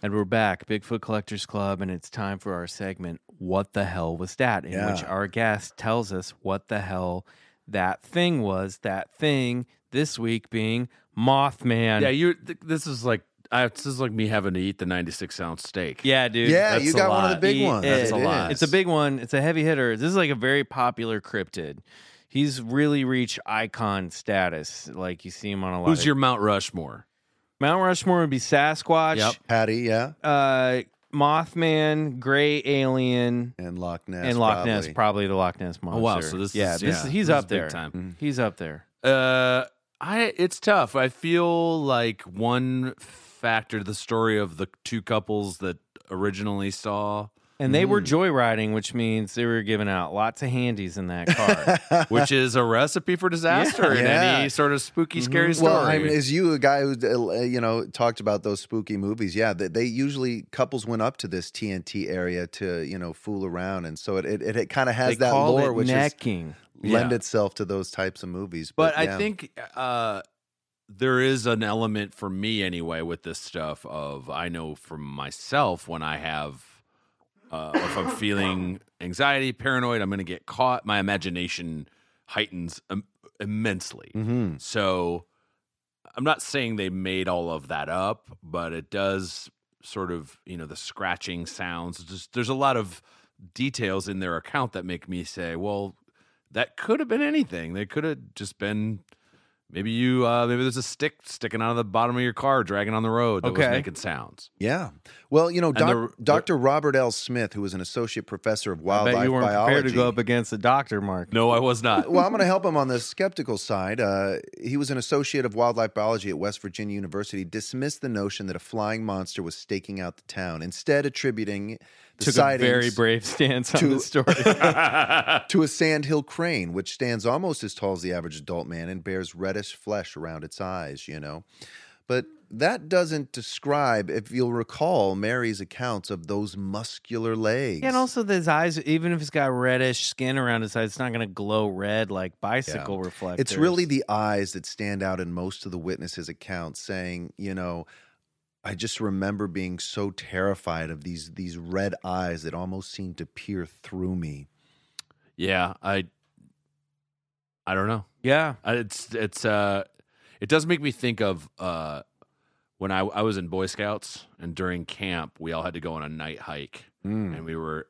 Speaker 2: And we're back, Bigfoot Collectors Club, and it's time for our segment, What the Hell Was That? In which
Speaker 3: Yeah.
Speaker 2: our guest tells us what the hell that thing was, that thing this week being Mothman.
Speaker 5: yeah, you. Th- this is like I, this is like me having to eat the 96 ounce steak.
Speaker 2: Yeah, dude.
Speaker 3: yeah
Speaker 5: that's
Speaker 3: you
Speaker 5: a
Speaker 3: got one of
Speaker 5: lot.
Speaker 3: the big
Speaker 2: He
Speaker 3: ones
Speaker 2: is.
Speaker 5: That's a
Speaker 3: It is.
Speaker 5: lot.
Speaker 2: It's a big one. It's a heavy hitter. This is like a very popular cryptid. He's really reached icon status. Like you see him on a lot.
Speaker 5: Who's
Speaker 2: of-
Speaker 5: your Mount Rushmore?
Speaker 2: Mount Rushmore would be Sasquatch,
Speaker 5: Yep.
Speaker 3: patty yeah
Speaker 2: uh, Mothman, Gray Alien,
Speaker 3: and Loch Ness.
Speaker 2: and Loch Ness.
Speaker 3: probably.
Speaker 2: Probably the Loch Ness monster.
Speaker 5: Oh, wow. So this
Speaker 2: yeah,
Speaker 5: is-
Speaker 2: this, Mm-hmm.
Speaker 5: yeah,
Speaker 2: he's
Speaker 5: this is
Speaker 2: up
Speaker 5: big
Speaker 2: there.
Speaker 5: time.
Speaker 2: He's up there.
Speaker 5: Uh, I it's tough. I feel like one factor to the story of the two couples that originally saw,
Speaker 2: And they were joyriding, which means they were giving out lots of handies in that car.
Speaker 5: which is a recipe for disaster in
Speaker 3: Yeah. Mm-hmm.
Speaker 5: any sort of spooky, scary story.
Speaker 3: Well, I mean, is you a guy who uh, you know talked about those spooky movies? Yeah, they, they usually couples went up to this TNT area to you know fool around, and so it it, it, kind of has
Speaker 2: they
Speaker 3: that
Speaker 2: call
Speaker 3: lore,
Speaker 2: it
Speaker 3: which is,
Speaker 2: necking.
Speaker 3: lend
Speaker 5: Yeah.
Speaker 3: itself to those types of movies.
Speaker 5: But
Speaker 3: yeah.
Speaker 5: I think uh, there is an element for me anyway with this stuff of I know from myself when I have uh, if I'm feeling anxiety, paranoid, I'm going to get caught. My imagination heightens im- immensely.
Speaker 3: Mhm.
Speaker 5: So I'm not saying they made all of that up, but it does sort of you know the scratching sounds. Just there's a lot of details in their account that make me say, well, that could have been anything. They could have just been maybe you uh maybe there's a stick sticking out of the bottom of your car dragging on the road that
Speaker 2: Okay.
Speaker 5: was making sounds.
Speaker 3: Yeah. Well, you know,
Speaker 5: And
Speaker 3: doc,
Speaker 5: the- the-
Speaker 3: Dr. Robert L. Smith, who was an associate professor of
Speaker 2: I
Speaker 3: wildlife
Speaker 2: bet you weren't
Speaker 3: biology.
Speaker 2: prepared to go up against the doctor, Mark.
Speaker 5: No, I was not.
Speaker 3: well, I'm going to help him on the skeptical side. Uh, he was an associate of wildlife biology at West Virginia University. Dismissed the notion that a flying monster was staking out the town, instead attributing the
Speaker 2: Took a
Speaker 3: sightings
Speaker 2: very brave stance on
Speaker 3: to-
Speaker 2: the story.
Speaker 3: to a sandhill crane, which stands almost as tall as the average adult man and bears reddish flesh around its eyes, you know. But that doesn't describe, if you'll recall, Mary's accounts of those muscular legs.
Speaker 2: and also, his eyes, even if it's got reddish skin around his eyes, it's not going to glow red like bicycle reflectors.
Speaker 3: It's really the eyes that stand out in most of the witnesses' accounts, saying, you know, I just remember being so terrified of these these red eyes that almost seemed to peer through me.
Speaker 5: Yeah, I I don't know.
Speaker 2: yeah.
Speaker 5: I- It's it's uh it does make me think of uh when I I was in Boy Scouts and during camp we all had to go on a night hike
Speaker 4: Hmm.
Speaker 5: and we were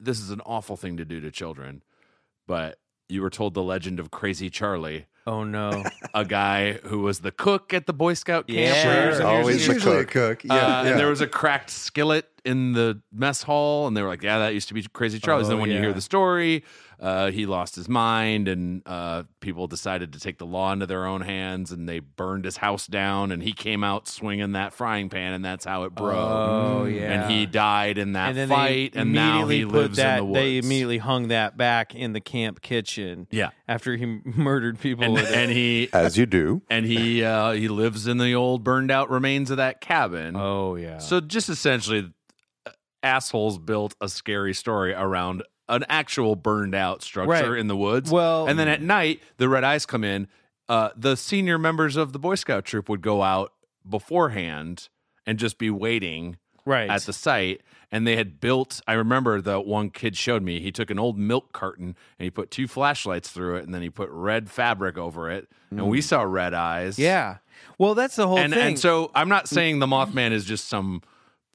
Speaker 5: this is an awful thing to do to children, but you were told the legend of Crazy Charlie,
Speaker 2: Oh no.
Speaker 5: a guy who was the cook at the Boy Scout camp.
Speaker 2: Yeah.
Speaker 5: for years and years
Speaker 4: Always
Speaker 5: and
Speaker 4: the
Speaker 5: years.
Speaker 4: usually
Speaker 3: a cook. Yeah,
Speaker 5: Uh, And there was a cracked skillet in the mess hall, and they were like, "Yeah, that used to be Crazy Charlie's."
Speaker 2: Oh,
Speaker 5: then when you hear
Speaker 2: yeah.
Speaker 5: the story, uh, he lost his mind, and uh, people decided to take the law into their own hands, and they burned his house down, and he came out swinging that frying pan, and that's how it broke.
Speaker 2: Oh, yeah.
Speaker 5: and he died in that
Speaker 2: and then
Speaker 5: fight,
Speaker 2: they
Speaker 5: and now
Speaker 2: immediately
Speaker 5: he
Speaker 2: put
Speaker 5: lives in
Speaker 2: that,
Speaker 5: the woods.
Speaker 2: They immediately hung that back in the camp kitchen.
Speaker 5: Yeah.
Speaker 2: After he murdered people
Speaker 5: and,
Speaker 2: with it.
Speaker 5: and he
Speaker 4: As you do.
Speaker 5: and he uh, he lives in the old burned out remains of that cabin.
Speaker 2: oh yeah.
Speaker 5: So just essentially, assholes built a scary story around an actual burned out structure
Speaker 2: Right.
Speaker 5: in the woods.
Speaker 2: Well-
Speaker 5: and then at night, the red eyes come in. Uh, the senior members of the Boy Scout troop would go out beforehand and just be waiting
Speaker 2: right.
Speaker 5: at the site. And they had built. I remember the one kid showed me. He took an old milk carton and he put two flashlights through it, and then he put red fabric over it. And we saw red eyes
Speaker 2: Mm. yeah. Well, that's the whole
Speaker 5: and
Speaker 2: thing.
Speaker 5: and so I'm not saying the Mothman is just some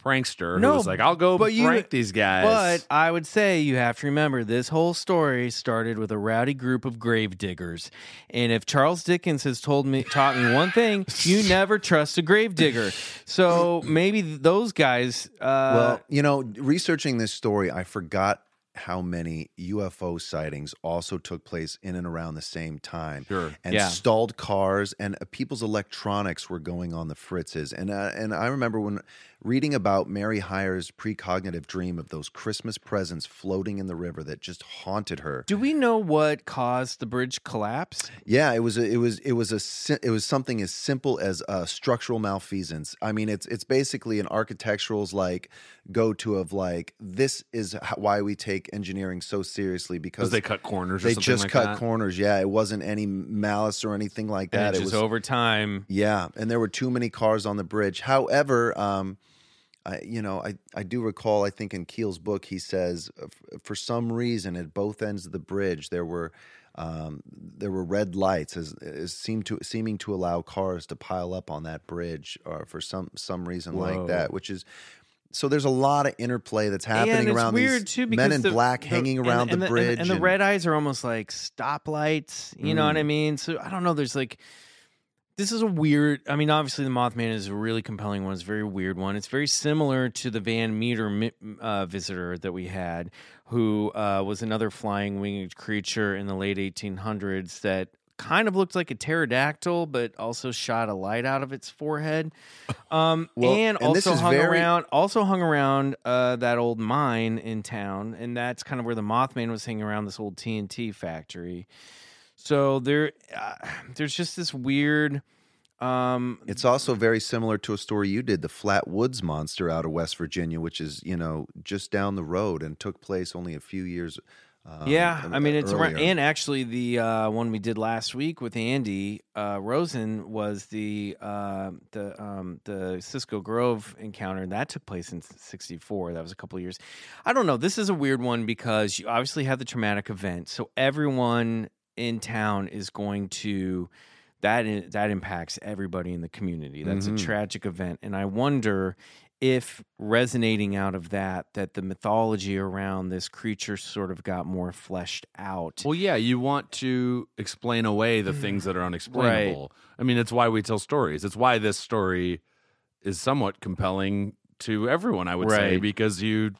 Speaker 5: prankster
Speaker 2: No,
Speaker 5: who was like, I'll go
Speaker 2: but
Speaker 5: prank
Speaker 2: you-
Speaker 5: these guys.
Speaker 2: But I would say you have to remember this whole story started with a rowdy group of grave diggers. And if Charles Dickens has told me taught me one thing, you never trust a grave digger. So maybe those guys uh
Speaker 3: Well, you know, researching this story, I forgot how many UFO sightings also took place in and around the same time.
Speaker 5: Sure.
Speaker 3: And
Speaker 2: Yeah.
Speaker 3: stalled cars and uh, people's electronics were going on the fritzes. And uh, and I remember when reading about Mary Hire's precognitive dream of those Christmas presents floating in the river that just haunted her.
Speaker 2: do we know what caused the bridge collapse?
Speaker 3: Yeah, it was a, it was it was a si- it was something as simple as uh, structural malfeasance. I mean, it's it's basically an architectural's like go to of like this is h- why we take engineering so seriously because
Speaker 5: because they cut corners, or
Speaker 3: they
Speaker 5: something
Speaker 3: just
Speaker 5: like
Speaker 3: cut
Speaker 5: that.
Speaker 3: corners. Yeah, it wasn't any malice or anything like
Speaker 2: And
Speaker 3: that.
Speaker 2: it
Speaker 3: It
Speaker 2: just
Speaker 3: was
Speaker 2: over time.
Speaker 3: yeah, and there were too many cars on the bridge. However, um, I, you know, I, I do recall, I think in Keel's book, he says, uh, f- for some reason, at both ends of the bridge, there were um, there were red lights as, as seemed to seeming to allow cars to pile up on that bridge or for some some reason
Speaker 2: Whoa.
Speaker 3: like that, which is. So there's a lot of interplay that's happening
Speaker 2: and it's
Speaker 3: around
Speaker 2: weird
Speaker 3: these
Speaker 2: too because
Speaker 3: men in
Speaker 2: the-
Speaker 3: black
Speaker 2: the-
Speaker 3: hanging
Speaker 2: and-
Speaker 3: around
Speaker 2: and
Speaker 3: the, bridge, Mm.
Speaker 2: and, the red eyes are almost like stoplights. You know what I mean? So I don't know. There's like this is a weird. I mean, obviously the Mothman is a really compelling one. It's a very weird one. It's very similar to the Van Meter mi- uh, visitor that we had, who uh, was another flying winged creature in the late 1800s that kind of looked like a pterodactyl, but also shot a light out of its forehead. Um,
Speaker 3: Well,
Speaker 2: and,
Speaker 3: and this
Speaker 2: also
Speaker 3: is
Speaker 2: hung
Speaker 3: very-
Speaker 2: around, also hung around uh, that old mine in town, and that's kind of where the Mothman was hanging around this old TNT factory. So there, uh, there's just this weird. Um,
Speaker 3: It's also very similar to a story you did, the Flat Woods Monster out of West Virginia, which is you know just down the road and took place only a few years. Um,
Speaker 2: yeah,
Speaker 3: ear-
Speaker 2: I mean it's around,
Speaker 3: earlier.
Speaker 2: and actually the uh, one we did last week with Andy uh, Rosen was the uh, the um, the Cisco Grove encounter that took place in '64. That was a couple of years. I don't know. This is a weird one because you obviously have the traumatic event, so everyone in town is going to that i- that impacts everybody in the community. That's
Speaker 3: Mhm.
Speaker 2: a tragic event, and I wonder if resonating out of that that the mythology around this creature sort of got more fleshed out.
Speaker 5: Well, yeah, you want to explain away
Speaker 2: Mm.
Speaker 5: the things that are unexplainable. I mean, it's why we tell stories. It's why this story is somewhat compelling to everyone, I would say,
Speaker 2: Right.
Speaker 5: because you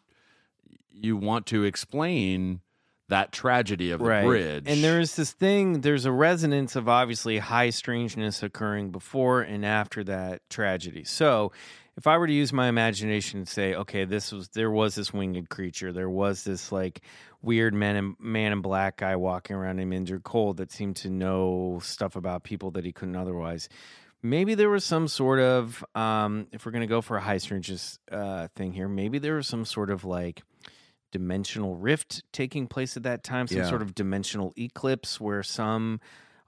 Speaker 5: you want to explain that tragedy of the bridge.
Speaker 2: And there is this thing, there's a resonance of obviously high strangeness occurring before and after that tragedy. So if I were to use my imagination and say, okay, this was there was this winged creature, there was this like weird man in man in black guy walking around in Minder Cold that seemed to know stuff about people that he couldn't otherwise. Maybe there was some sort of, um, if we're going to go for a high strangeness uh, thing here, maybe there was some sort of like dimensional rift taking place at that time, some
Speaker 3: Yeah.
Speaker 2: sort of dimensional eclipse where some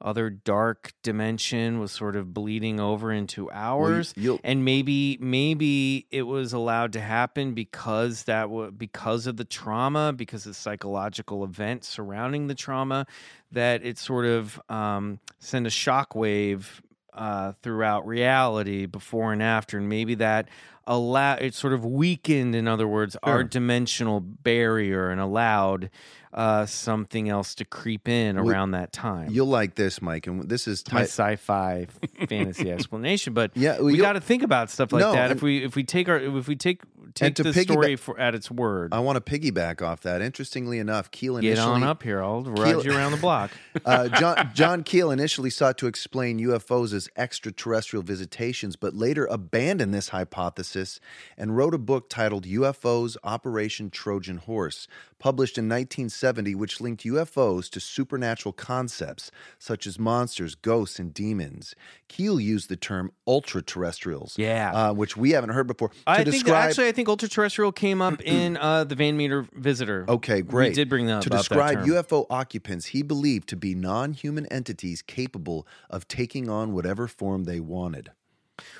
Speaker 2: other dark dimension was sort of bleeding over into
Speaker 3: Well, you-
Speaker 2: ours
Speaker 3: you'll-
Speaker 2: and maybe maybe it was allowed to happen because that wa because of the trauma because the psychological event surrounding the trauma that it sort of um, sent a shockwave uh, throughout reality before and after and maybe that allow it sort of weakened in other words our dimensional barrier and allowed uh, something else to creep in
Speaker 3: Well,
Speaker 2: around that time
Speaker 3: you'll like this, Mike, and this is
Speaker 2: my
Speaker 3: ti-
Speaker 2: sci-fi fantasy explanation, but
Speaker 3: Yeah, well,
Speaker 2: we
Speaker 3: you'll-
Speaker 2: got to think about stuff like
Speaker 3: No,
Speaker 2: that.
Speaker 3: and-
Speaker 2: If we if we take our if we take take
Speaker 3: to
Speaker 2: the
Speaker 3: piggyback-
Speaker 2: story for, at its word,
Speaker 3: I want to piggyback off that. Interestingly enough, Keel
Speaker 2: get
Speaker 3: initially
Speaker 2: on up here. I'll ride you around the block.
Speaker 3: uh, John, John Keel initially sought to explain UFOs as extraterrestrial visitations, but later abandoned this hypothesis and wrote a book titled UFOs Operation Trojan Horse, published in 1970, which linked UFOs to supernatural concepts such as monsters, ghosts, and demons. Keel used the term ultra-terrestrials,
Speaker 2: Yeah.
Speaker 3: uh, which we haven't heard before, to
Speaker 2: I think that
Speaker 3: describe...
Speaker 2: actually I think ultra-terrestrial came up in uh, the Van Meter Visitor.
Speaker 3: Okay, great.
Speaker 2: We did bring that
Speaker 3: to
Speaker 2: up, that
Speaker 3: describe
Speaker 2: term.
Speaker 3: UFO occupants. He believed to be non-human entities capable of taking on whatever form they wanted.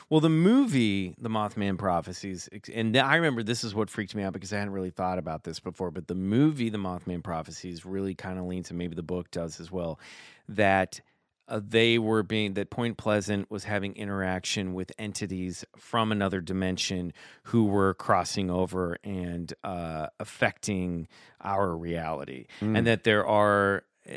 Speaker 2: Well, the movie, The Mothman Prophecies, ex- and I remember this is what freaked me out because I hadn't really thought about this before, but the movie, The Mothman Prophecies, really kind of leans, and maybe the book does as well, that uh, they were being, that Point Pleasant was having interaction with entities from another dimension who were crossing over and uh, affecting our reality. And that there are, uh,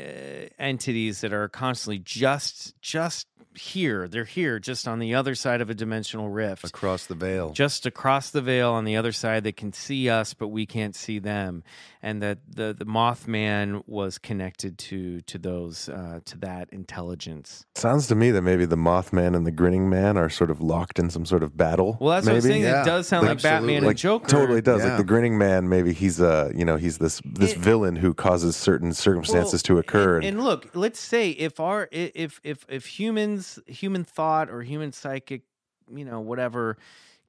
Speaker 2: entities that are constantly just just here they're here just on the other side of a dimensional rift
Speaker 3: Across the veil.
Speaker 2: just across the veil on the other side they can see us but we can't see them and that the, the mothman was connected to to those uh, to that intelligence
Speaker 4: Sounds to me that maybe the Mothman and the Grinning Man are sort of locked in some sort of battle.
Speaker 2: well that's
Speaker 4: maybe.
Speaker 2: what i'm saying
Speaker 3: Yeah,
Speaker 2: it does sound like
Speaker 3: absolutely.
Speaker 2: batman
Speaker 4: like
Speaker 2: and joker
Speaker 4: totally does.
Speaker 3: Yeah.
Speaker 4: Like the Grinning Man, maybe he's uh, you know, he's this this
Speaker 2: It-
Speaker 4: villain who causes certain circumstances to
Speaker 2: Well,
Speaker 4: occur.
Speaker 2: And, and look, let's say if our i- if if if humans human thought or human psychic, you know, whatever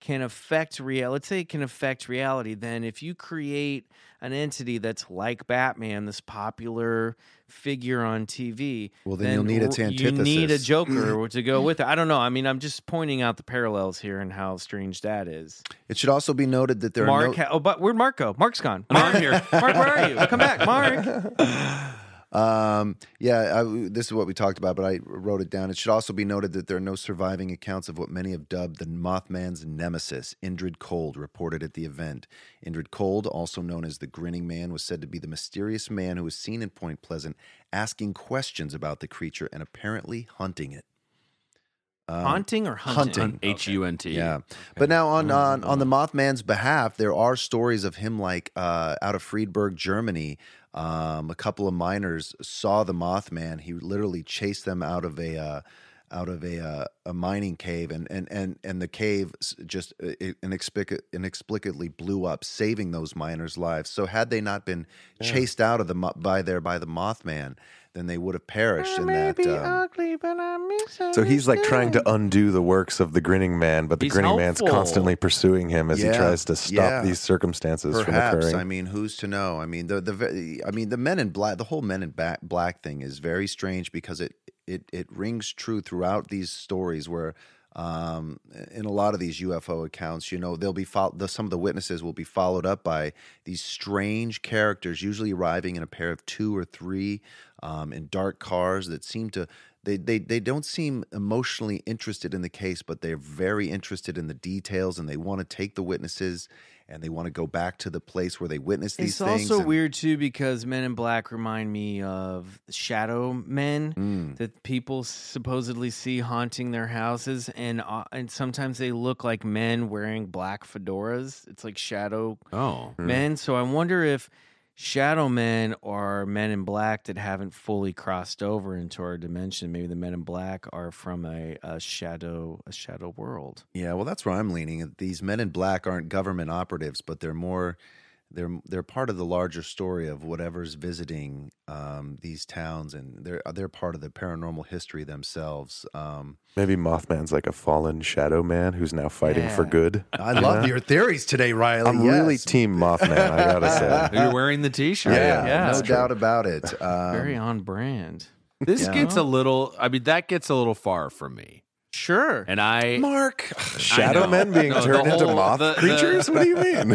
Speaker 2: can affect real let's say it can affect reality then if you create an entity that's like batman this popular figure on tv
Speaker 3: Well, then you'll need its
Speaker 2: r- you need a
Speaker 3: antithesis.
Speaker 2: joker to go with it i don't know i mean i'm just pointing out the parallels here and how strange that is
Speaker 3: It should also be noted that there
Speaker 2: mark
Speaker 3: are no,
Speaker 2: ha- oh but where'd mark go mark's gone
Speaker 5: No,
Speaker 2: mark,
Speaker 5: I'm here.
Speaker 2: mark where are you come back mark
Speaker 3: Um, yeah, I, this is what we talked about, but I wrote it down. It should also be noted that there are no surviving accounts of what many have dubbed the Mothman's nemesis, Indrid Cold, reported at the event. Indrid Cold, also known as the Grinning Man, was said to be the mysterious man who was seen in Point Pleasant asking questions about the creature and apparently hunting it. Um,
Speaker 2: Haunting or hunting?
Speaker 3: hunting.
Speaker 5: H U N T.
Speaker 3: Yeah, but now on on on the Mothman's behalf, there are stories of him like uh, out of Friedberg, Germany. Um, a couple of miners saw the Mothman. He literally chased them out of a uh, out of a uh, a mining cave, and and and and the cave s- just uh, it inexplic- inexplicably blew up, saving those miners' lives. So had they not been chased out of the mo- by there by the Mothman, then they would have perished in that. um,
Speaker 4: So he's like trying to undo the works of the grinning man, but the
Speaker 5: He's
Speaker 4: grinning man's
Speaker 5: helpful.
Speaker 4: constantly pursuing him as
Speaker 3: Yeah,
Speaker 4: he tries to stop
Speaker 3: yeah.
Speaker 4: these circumstances from
Speaker 3: Perhaps
Speaker 4: occurring.
Speaker 3: I mean, who's to know? I mean, the the ve- I mean, the Men in Black, the whole Men in Ba- Black thing is very strange because it it it rings true throughout these stories where. Um, in a lot of these UFO accounts, you know, they'll be fol- the, some of the witnesses will be followed up by these strange characters, usually arriving in a pair of two or three, um, in dark cars that seem to they, they they don't seem emotionally interested in the case, but they're very interested in the details, and they want to take the witnesses and they want to go back to the place where they witnessed these
Speaker 2: It's
Speaker 3: things.
Speaker 2: also
Speaker 3: and-
Speaker 2: weird too because Men in Black remind me of shadow men
Speaker 3: Mm.
Speaker 2: that people supposedly see haunting their houses, and uh, and sometimes they look like men wearing black fedoras. It's like shadow
Speaker 6: Oh.
Speaker 3: Hmm.
Speaker 2: men. So I wonder if shadow men are men in black that haven't fully crossed over into our dimension. Maybe the men in black are from a, a shadow a shadow world.
Speaker 3: Yeah, well, that's where I'm leaning. These men in black aren't government operatives, but they're more they're they're part of the larger story of whatever's visiting um, these towns, and they're they're part of the paranormal history themselves. Um,
Speaker 4: Maybe Mothman's like a fallen shadow man who's now fighting for
Speaker 2: Yeah.
Speaker 4: good.
Speaker 3: I love your theories today, Riley.
Speaker 4: I'm really
Speaker 3: Uh, Yes.
Speaker 4: team Mothman, I gotta say.
Speaker 5: You're wearing the t shirt.
Speaker 4: Yeah.
Speaker 3: no doubt about it. Um,
Speaker 2: Very on brand.
Speaker 5: This gets a little, I mean, that gets a little far from me.
Speaker 2: Sure.
Speaker 5: And I,
Speaker 4: Mark,
Speaker 5: know.
Speaker 4: shadow men being
Speaker 5: No, the
Speaker 4: turned into
Speaker 5: whole-
Speaker 4: moth
Speaker 5: the- the-
Speaker 4: creatures? What do you mean?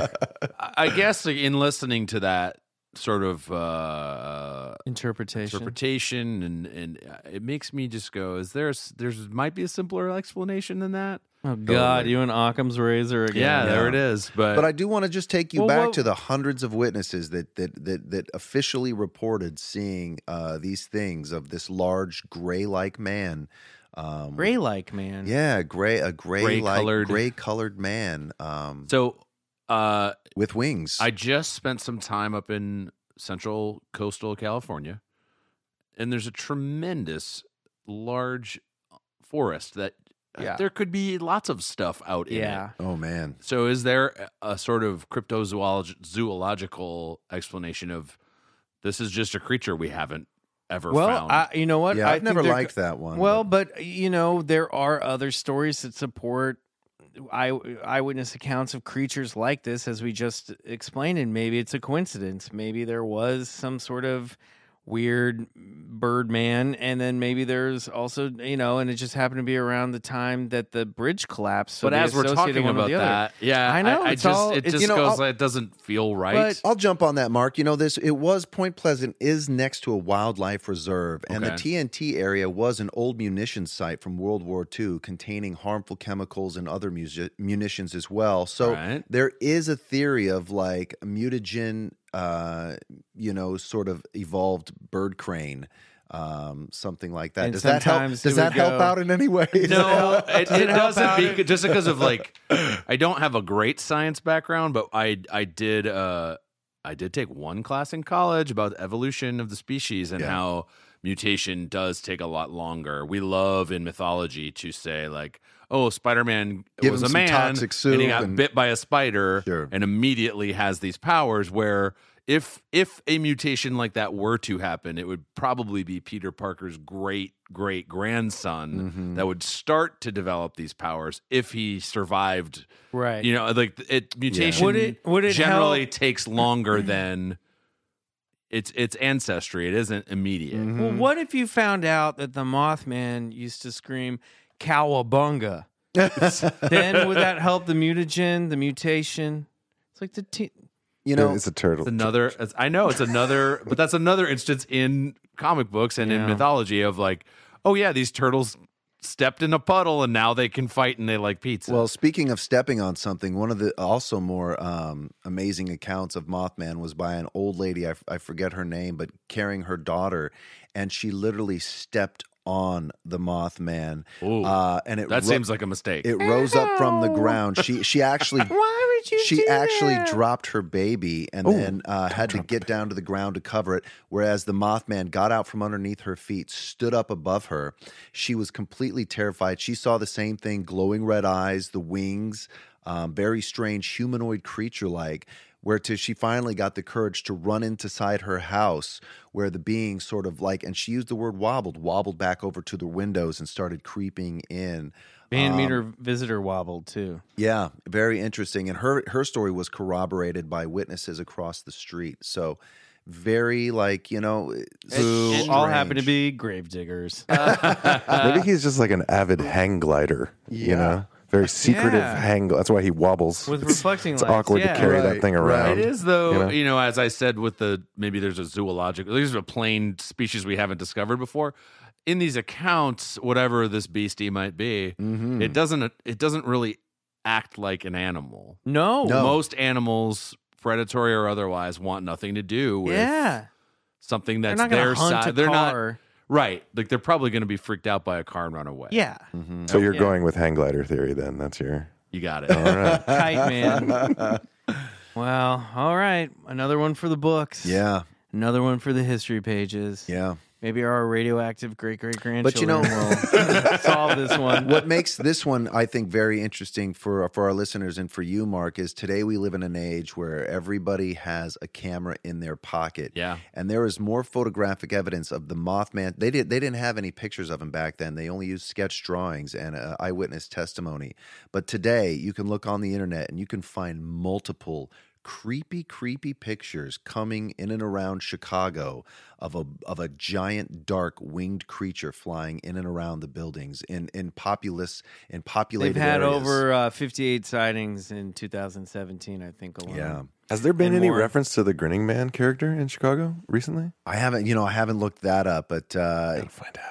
Speaker 5: I guess like, in listening to that sort of uh,
Speaker 2: Interpretation.
Speaker 5: interpretation, and, and uh, it makes me just go, is there, s- there's might be a simpler explanation than that?
Speaker 2: Oh God, you and Occam's razor again.
Speaker 5: Yeah, there it is. But,
Speaker 3: But I do want to just take you
Speaker 2: Well,
Speaker 3: back
Speaker 2: what-
Speaker 3: to the hundreds of witnesses that that that, that officially reported seeing uh, these things of this large gray-like man. Um,
Speaker 2: Gray like man.
Speaker 3: Yeah, gray a gray like
Speaker 5: Gray-colored.
Speaker 3: gray colored man um,
Speaker 5: so uh,
Speaker 3: with wings.
Speaker 5: I just spent some time up in central coastal California, and there's a tremendous large forest that
Speaker 6: Yeah.
Speaker 5: there could be lots of stuff out in.
Speaker 2: Yeah.
Speaker 5: It.
Speaker 3: oh man,
Speaker 5: So, is there a a sort of cryptozoological zoological explanation of this is just a creature we haven't ever
Speaker 2: Well,
Speaker 5: found?
Speaker 2: I, you know what?
Speaker 3: yeah,
Speaker 2: I
Speaker 3: I've
Speaker 2: think
Speaker 3: never
Speaker 2: there-
Speaker 3: liked that one.
Speaker 2: Well,
Speaker 3: but
Speaker 2: but you know, there are other stories that support eye, eyewitness accounts of creatures like this, as we just explained. And maybe it's a coincidence. Maybe there was some sort of weird bird man, and then maybe there's also you know, and it just happened to be around the time that the bridge collapsed. So
Speaker 5: but
Speaker 2: they
Speaker 5: as we're
Speaker 2: associated
Speaker 5: talking
Speaker 2: one with
Speaker 5: about
Speaker 2: the other.
Speaker 5: that, yeah,
Speaker 2: I know,
Speaker 5: I,
Speaker 2: it's
Speaker 5: just
Speaker 2: all-
Speaker 5: it
Speaker 2: it's-
Speaker 5: just
Speaker 3: you know,
Speaker 5: goes
Speaker 3: I'll-
Speaker 5: like it doesn't feel right.
Speaker 3: I'll jump on that, Mark. You know this. It was Point Pleasant is next to a wildlife reserve, and the
Speaker 5: Okay.
Speaker 3: TNT area was an old munitions site from World War II, containing harmful chemicals and other musi- munitions as well. So
Speaker 5: Right.
Speaker 3: there is a theory of like mutagen, uh, you know, sort of evolved bird crane. Um, something like that.
Speaker 2: And
Speaker 3: does that help?
Speaker 2: sometimes it
Speaker 3: Does that
Speaker 2: would
Speaker 3: help
Speaker 2: go-
Speaker 3: out in any way? Does that
Speaker 5: No,
Speaker 3: help?
Speaker 5: it, it doesn't be, just because of like I don't have a great science background, but I I did uh I did take one class in college about the evolution of the species and
Speaker 3: Yeah.
Speaker 5: how mutation does take a lot longer. We love in mythology to say like, oh, Spider-Man
Speaker 3: Give
Speaker 5: was
Speaker 3: him
Speaker 5: a
Speaker 3: some
Speaker 5: man
Speaker 3: toxic
Speaker 5: and
Speaker 3: soup
Speaker 5: he got
Speaker 3: and-
Speaker 5: bit by a spider
Speaker 3: Sure.
Speaker 5: and immediately has these powers where if if a mutation like that were to happen, it would probably be Peter Parker's great great grandson
Speaker 3: Mhm.
Speaker 5: that would start to develop these powers if he survived.
Speaker 2: right?
Speaker 5: You know, like it mutation
Speaker 2: Would it- would it
Speaker 5: generally
Speaker 2: help-
Speaker 5: takes longer than its its ancestry. It isn't immediate.
Speaker 2: Well, what if you found out that the Mothman used to scream "Cowabunga"? then would that help the mutagen, the mutation? It's like the t-
Speaker 3: you know,
Speaker 4: it's a turtle.
Speaker 5: It's another. it's- I know it's another, but that's another instance in comic books and
Speaker 2: Yeah.
Speaker 5: in mythology of like, oh yeah, these turtles stepped in a puddle and now they can fight and they like pizza.
Speaker 3: Well, speaking of stepping on something, one of the also more um, amazing accounts of Mothman was by an old lady. I, f- I forget her name, but carrying her daughter, and she literally stepped on the Mothman.
Speaker 5: Ooh,
Speaker 3: Uh, and it
Speaker 5: that
Speaker 3: ro-
Speaker 5: seems like a mistake.
Speaker 3: it rose up from the ground. She she actually
Speaker 2: Why would you?
Speaker 3: she
Speaker 2: do
Speaker 3: actually
Speaker 2: that?
Speaker 3: dropped her baby and then uh, had to get down to the ground to cover it. Whereas the Mothman got out from underneath her feet, stood up above her. She was completely terrified. She saw the same thing glowing red eyes, the wings, um, very strange humanoid creature like. Where to she finally got the courage to run inside her house, where the being sort of like, and she used the word wobbled, wobbled back over to the windows and started creeping in.
Speaker 2: Van meter visitor wobbled too.
Speaker 3: Yeah, very interesting. And her her story was corroborated by witnesses across the street. So very like you know, eh,
Speaker 2: Who all happen to
Speaker 3: strange.
Speaker 2: be grave diggers.
Speaker 4: Maybe
Speaker 2: Uh,
Speaker 4: he's just like an avid hang glider.
Speaker 3: Yeah.
Speaker 4: You know, very secretive
Speaker 2: Yeah.
Speaker 4: hang. That's why he wobbles.
Speaker 2: With
Speaker 4: It's-
Speaker 2: reflecting
Speaker 4: it's
Speaker 2: lights,
Speaker 4: awkward
Speaker 2: yeah.
Speaker 4: to carry
Speaker 3: Right,
Speaker 4: that thing
Speaker 3: right.
Speaker 4: around.
Speaker 5: It is though, you
Speaker 4: you
Speaker 5: know?
Speaker 4: know?
Speaker 5: as I said with the maybe there's a zoological there's a plane species we haven't discovered before. In these accounts, whatever this beastie might be,
Speaker 3: Mhm.
Speaker 5: it doesn't it doesn't really act like an animal.
Speaker 2: No.
Speaker 3: No.
Speaker 5: Most animals, predatory or otherwise, want nothing to do with
Speaker 2: Yeah.
Speaker 5: something
Speaker 2: They're
Speaker 5: that's
Speaker 2: not gonna
Speaker 5: their
Speaker 2: hunt a
Speaker 5: side. They're not
Speaker 2: car.
Speaker 5: right. Like they're probably going to be freaked out by a car and run away.
Speaker 2: Yeah.
Speaker 4: So you're
Speaker 2: Yeah.
Speaker 4: going with hang glider theory then. That's your.
Speaker 5: you got it.
Speaker 4: All right.
Speaker 2: Kite man. well, all right. Another one for the books.
Speaker 3: yeah,
Speaker 2: Another one for the history pages.
Speaker 3: yeah.
Speaker 2: Maybe our radioactive great great grandchildren
Speaker 3: But you know-
Speaker 2: will solve this one.
Speaker 3: What makes this one I think very interesting for for our listeners and for you, Mark, is today we live in an age where everybody has a camera in their pocket.
Speaker 5: Yeah.
Speaker 3: and there is more photographic evidence of the Mothman. They did they didn't have any pictures of him back then. They only used sketch drawings and uh, eyewitness testimony. But today, you can look on the internet and you can find multiple creepy creepy pictures coming in and around Chicago of a of a giant dark winged creature flying in and around the buildings in in populous in
Speaker 2: They've
Speaker 3: populated
Speaker 2: had
Speaker 3: areas.
Speaker 2: over uh, 58 sightings in 2017, I think, alone.
Speaker 3: yeah.
Speaker 4: Has there been
Speaker 2: And
Speaker 4: any
Speaker 2: more.
Speaker 4: reference to the grinning man character in Chicago recently?
Speaker 3: I haven't, you know, I haven't looked that up, but uh,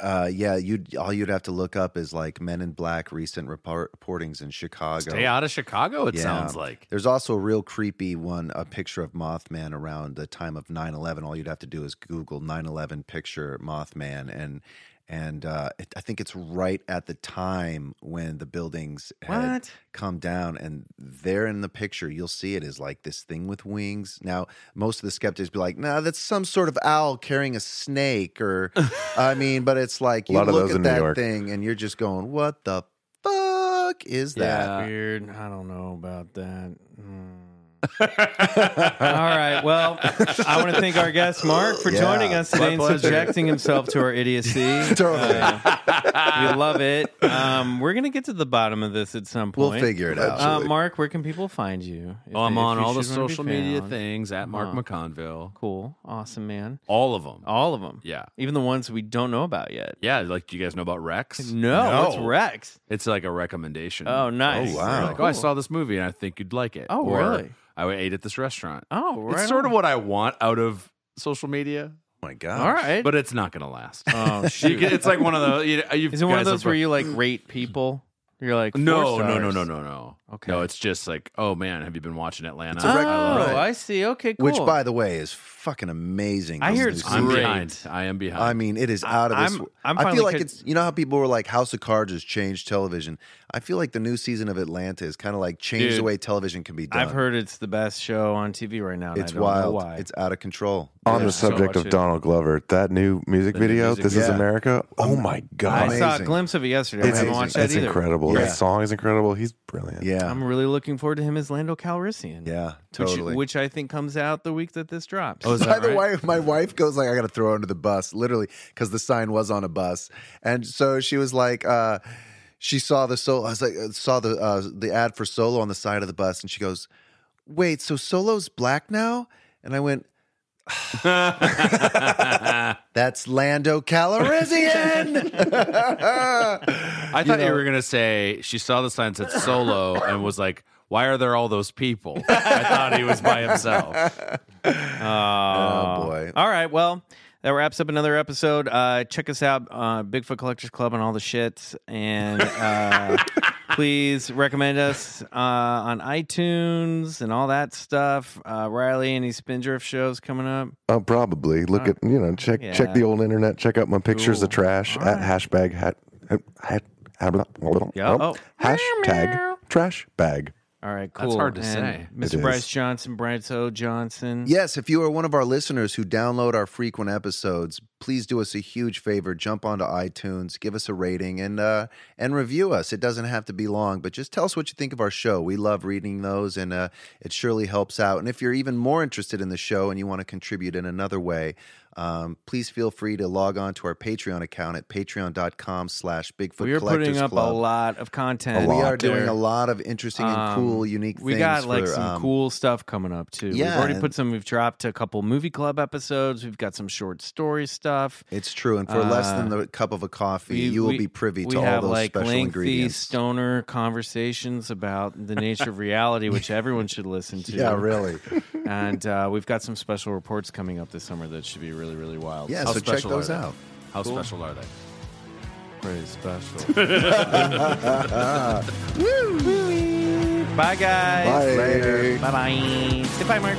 Speaker 3: uh, yeah, you'd all you'd have to look up is like Men in Black recent report, reportings in Chicago.
Speaker 5: Stay out of Chicago. It
Speaker 3: Yeah.
Speaker 5: sounds like.
Speaker 3: There's also a real creepy one, a picture of Mothman around the time of 9/11. All you'd have to do is Google 9/11 picture Mothman, and and uh, it, I think it's right at the time when the buildings had
Speaker 2: What?
Speaker 3: come down, and there in the picture you'll see it is like this thing with wings. Now most of the skeptics be like, "No, nah, that's some sort of owl carrying a snake," or I mean, but it's like
Speaker 4: A
Speaker 3: you
Speaker 4: lot of
Speaker 3: look
Speaker 4: those
Speaker 3: at
Speaker 4: in New
Speaker 3: that
Speaker 4: York.
Speaker 3: thing and you're just going, "What the fuck is that?"
Speaker 5: Yeah.
Speaker 2: Weird. I don't know about that. Hmm. All right. Well, I want to thank our guest Mark for
Speaker 3: Yeah.
Speaker 2: joining us today and subjecting himself to our idiocy.
Speaker 3: Totally.
Speaker 2: Uh, we love it. Um, we're gonna get to the bottom of this at some
Speaker 3: We'll
Speaker 2: point.
Speaker 3: figure it out.
Speaker 5: um,
Speaker 2: Uh, Mark, where can people find you? If
Speaker 5: Oh, I'm
Speaker 2: they- if
Speaker 5: on
Speaker 2: you
Speaker 5: all the
Speaker 2: should wanna be
Speaker 5: social media
Speaker 2: found? Uh-huh.
Speaker 5: things at Mark
Speaker 2: Huh.
Speaker 5: McConville.
Speaker 2: Cool, awesome, man.
Speaker 5: All of them.
Speaker 2: All of them.
Speaker 5: Yeah.
Speaker 2: even the ones we don't know about yet.
Speaker 5: Yeah, like do you guys know about Rex?
Speaker 2: No, what's Rex?
Speaker 5: It's like a recommendation.
Speaker 2: Oh, nice.
Speaker 3: Oh,
Speaker 5: They're
Speaker 3: wow.
Speaker 5: Like, oh, I saw this movie and I think you'd like it.
Speaker 2: Oh,
Speaker 5: Or,
Speaker 2: really?
Speaker 5: I ate at this restaurant.
Speaker 2: Oh, right.
Speaker 5: it's sort
Speaker 2: on.
Speaker 5: of what I want out of social media,
Speaker 3: Oh my god!
Speaker 2: All right.
Speaker 5: but it's not going to last.
Speaker 2: oh,
Speaker 5: You
Speaker 2: shoot.
Speaker 5: can- it's like one of those. You, you
Speaker 2: Is it one of
Speaker 5: guys have
Speaker 2: those where
Speaker 5: pro-
Speaker 2: you like rate people? You're like
Speaker 5: No,
Speaker 2: four
Speaker 5: no, no, no,
Speaker 2: stars.
Speaker 5: no, no.
Speaker 2: Okay.
Speaker 5: No, it's just like, oh man, have you been watching Atlanta?
Speaker 3: It's a rec-
Speaker 5: I love
Speaker 2: Oh,
Speaker 5: it.
Speaker 3: Right.
Speaker 2: I see. Okay, cool.
Speaker 3: Which, by the way, is fucking amazing.
Speaker 2: I
Speaker 3: Those
Speaker 2: hear
Speaker 3: new
Speaker 2: it's
Speaker 5: I'm
Speaker 3: seasons.
Speaker 2: great.
Speaker 5: behind. I am behind.
Speaker 3: I mean, it is out of this.
Speaker 2: I'm-
Speaker 3: wo-
Speaker 2: I'm
Speaker 3: I
Speaker 2: finally
Speaker 3: feel like
Speaker 2: could-
Speaker 3: it's you know how people were like House of Cards has changed television. I feel like the new season of Atlanta is kind of like changed the
Speaker 5: Dude,
Speaker 3: way television can be done.
Speaker 2: I've heard it's the best show on TV right now. and
Speaker 3: it's
Speaker 2: I don't Know
Speaker 3: wild.
Speaker 2: why?
Speaker 3: It's out of control.
Speaker 4: On
Speaker 3: Yeah.
Speaker 4: the
Speaker 2: so
Speaker 4: subject
Speaker 2: much
Speaker 4: of
Speaker 2: it-
Speaker 4: Donald Glover, that new music
Speaker 5: The new
Speaker 4: video,
Speaker 5: music-
Speaker 4: "This Is
Speaker 3: Yeah.
Speaker 4: America." Oh my
Speaker 2: I
Speaker 4: god,
Speaker 2: saw a
Speaker 3: amazing.
Speaker 2: glimpse of it yesterday.
Speaker 4: it's,
Speaker 2: I haven't watched that
Speaker 4: it's
Speaker 2: either.
Speaker 4: incredible.
Speaker 3: Yeah.
Speaker 4: That song is incredible. He's brilliant.
Speaker 3: yeah,
Speaker 2: I'm really looking forward to him as Lando Calrissian.
Speaker 3: yeah,
Speaker 2: which,
Speaker 3: totally.
Speaker 2: which I think comes out the week that this drops.
Speaker 5: Oh, is
Speaker 3: By
Speaker 5: that
Speaker 3: the
Speaker 5: right?
Speaker 3: way, my wife goes like, "I got to throw her under the bus," literally, because the sign was on a bus, and so she was like, uh, she saw the solo. I was like, uh, saw the uh, the ad for Solo on the side of the bus, and she goes, "Wait, so Solo's black now?" And I went, "That's Lando Calrissian."
Speaker 5: I thought you, were gonna say she saw the sign that said solo and was like, "Why are there all those people?" I thought he was by himself.
Speaker 2: Oh,
Speaker 3: boy.
Speaker 2: All right. Well, that wraps up another episode. Uh, check us out, uh, Bigfoot Collectors Club, and all the shits. And uh, please recommend us uh, on iTunes and all that stuff. Uh, Riley, any Spindrift shows coming up?
Speaker 4: Uh, probably look at you know check check the
Speaker 2: Yeah.
Speaker 4: old internet. Check out my pictures
Speaker 2: Cool.
Speaker 4: of trash
Speaker 2: All
Speaker 4: at
Speaker 2: right.
Speaker 4: hashbag hat hat, hat, hat
Speaker 2: Yeah. Oh.
Speaker 4: hashtag trash bag.
Speaker 2: All right, cool.
Speaker 5: That's hard to say.
Speaker 2: And
Speaker 4: It
Speaker 2: Mr.
Speaker 4: is.
Speaker 2: Bryce Johnson, Bryce O. Johnson.
Speaker 3: Yes, if you are one of our listeners who download our frequent episodes, please do us a huge favor. Jump onto iTunes, give us a rating, and uh, and review us. It doesn't have to be long, but just tell us what you think of our show. We love reading those, and uh, it surely helps out. And if you're even more interested in the show and you want to contribute in another way, um, please feel free to log on to our Patreon account at patreon.com slash Bigfoot
Speaker 2: We are
Speaker 3: Collectors
Speaker 2: putting up
Speaker 3: Club.
Speaker 2: a lot of content.
Speaker 3: We are
Speaker 4: lot
Speaker 3: doing
Speaker 2: there.
Speaker 3: a lot of interesting and
Speaker 2: Um,
Speaker 3: cool, unique
Speaker 2: We
Speaker 3: things.
Speaker 2: got like
Speaker 3: for,
Speaker 2: some
Speaker 3: um,
Speaker 2: cool stuff coming up too. we've
Speaker 3: Yeah,
Speaker 2: already
Speaker 3: and-
Speaker 2: put some. We've dropped a couple movie club episodes. We've got some short story stuff.
Speaker 3: It's true, and for less than
Speaker 2: Uh,
Speaker 3: the cup of a coffee,
Speaker 2: We-
Speaker 3: you will
Speaker 2: we-
Speaker 3: be privy
Speaker 2: we
Speaker 3: to all
Speaker 2: have,
Speaker 3: those
Speaker 2: like,
Speaker 3: special
Speaker 2: lengthy
Speaker 3: ingredients.
Speaker 2: stoner conversations about the nature of reality, which everyone should listen to.
Speaker 3: yeah, really.
Speaker 2: And uh, we've got some special reports coming up this summer that should be really, really wild.
Speaker 3: Yeah,
Speaker 5: How
Speaker 3: so check
Speaker 5: special
Speaker 3: those
Speaker 5: are they?
Speaker 3: out.
Speaker 5: How special are they?
Speaker 2: pretty special. Bye, guys.
Speaker 4: Bye.
Speaker 3: Later.
Speaker 2: Bye, bye. Say bye, Mark.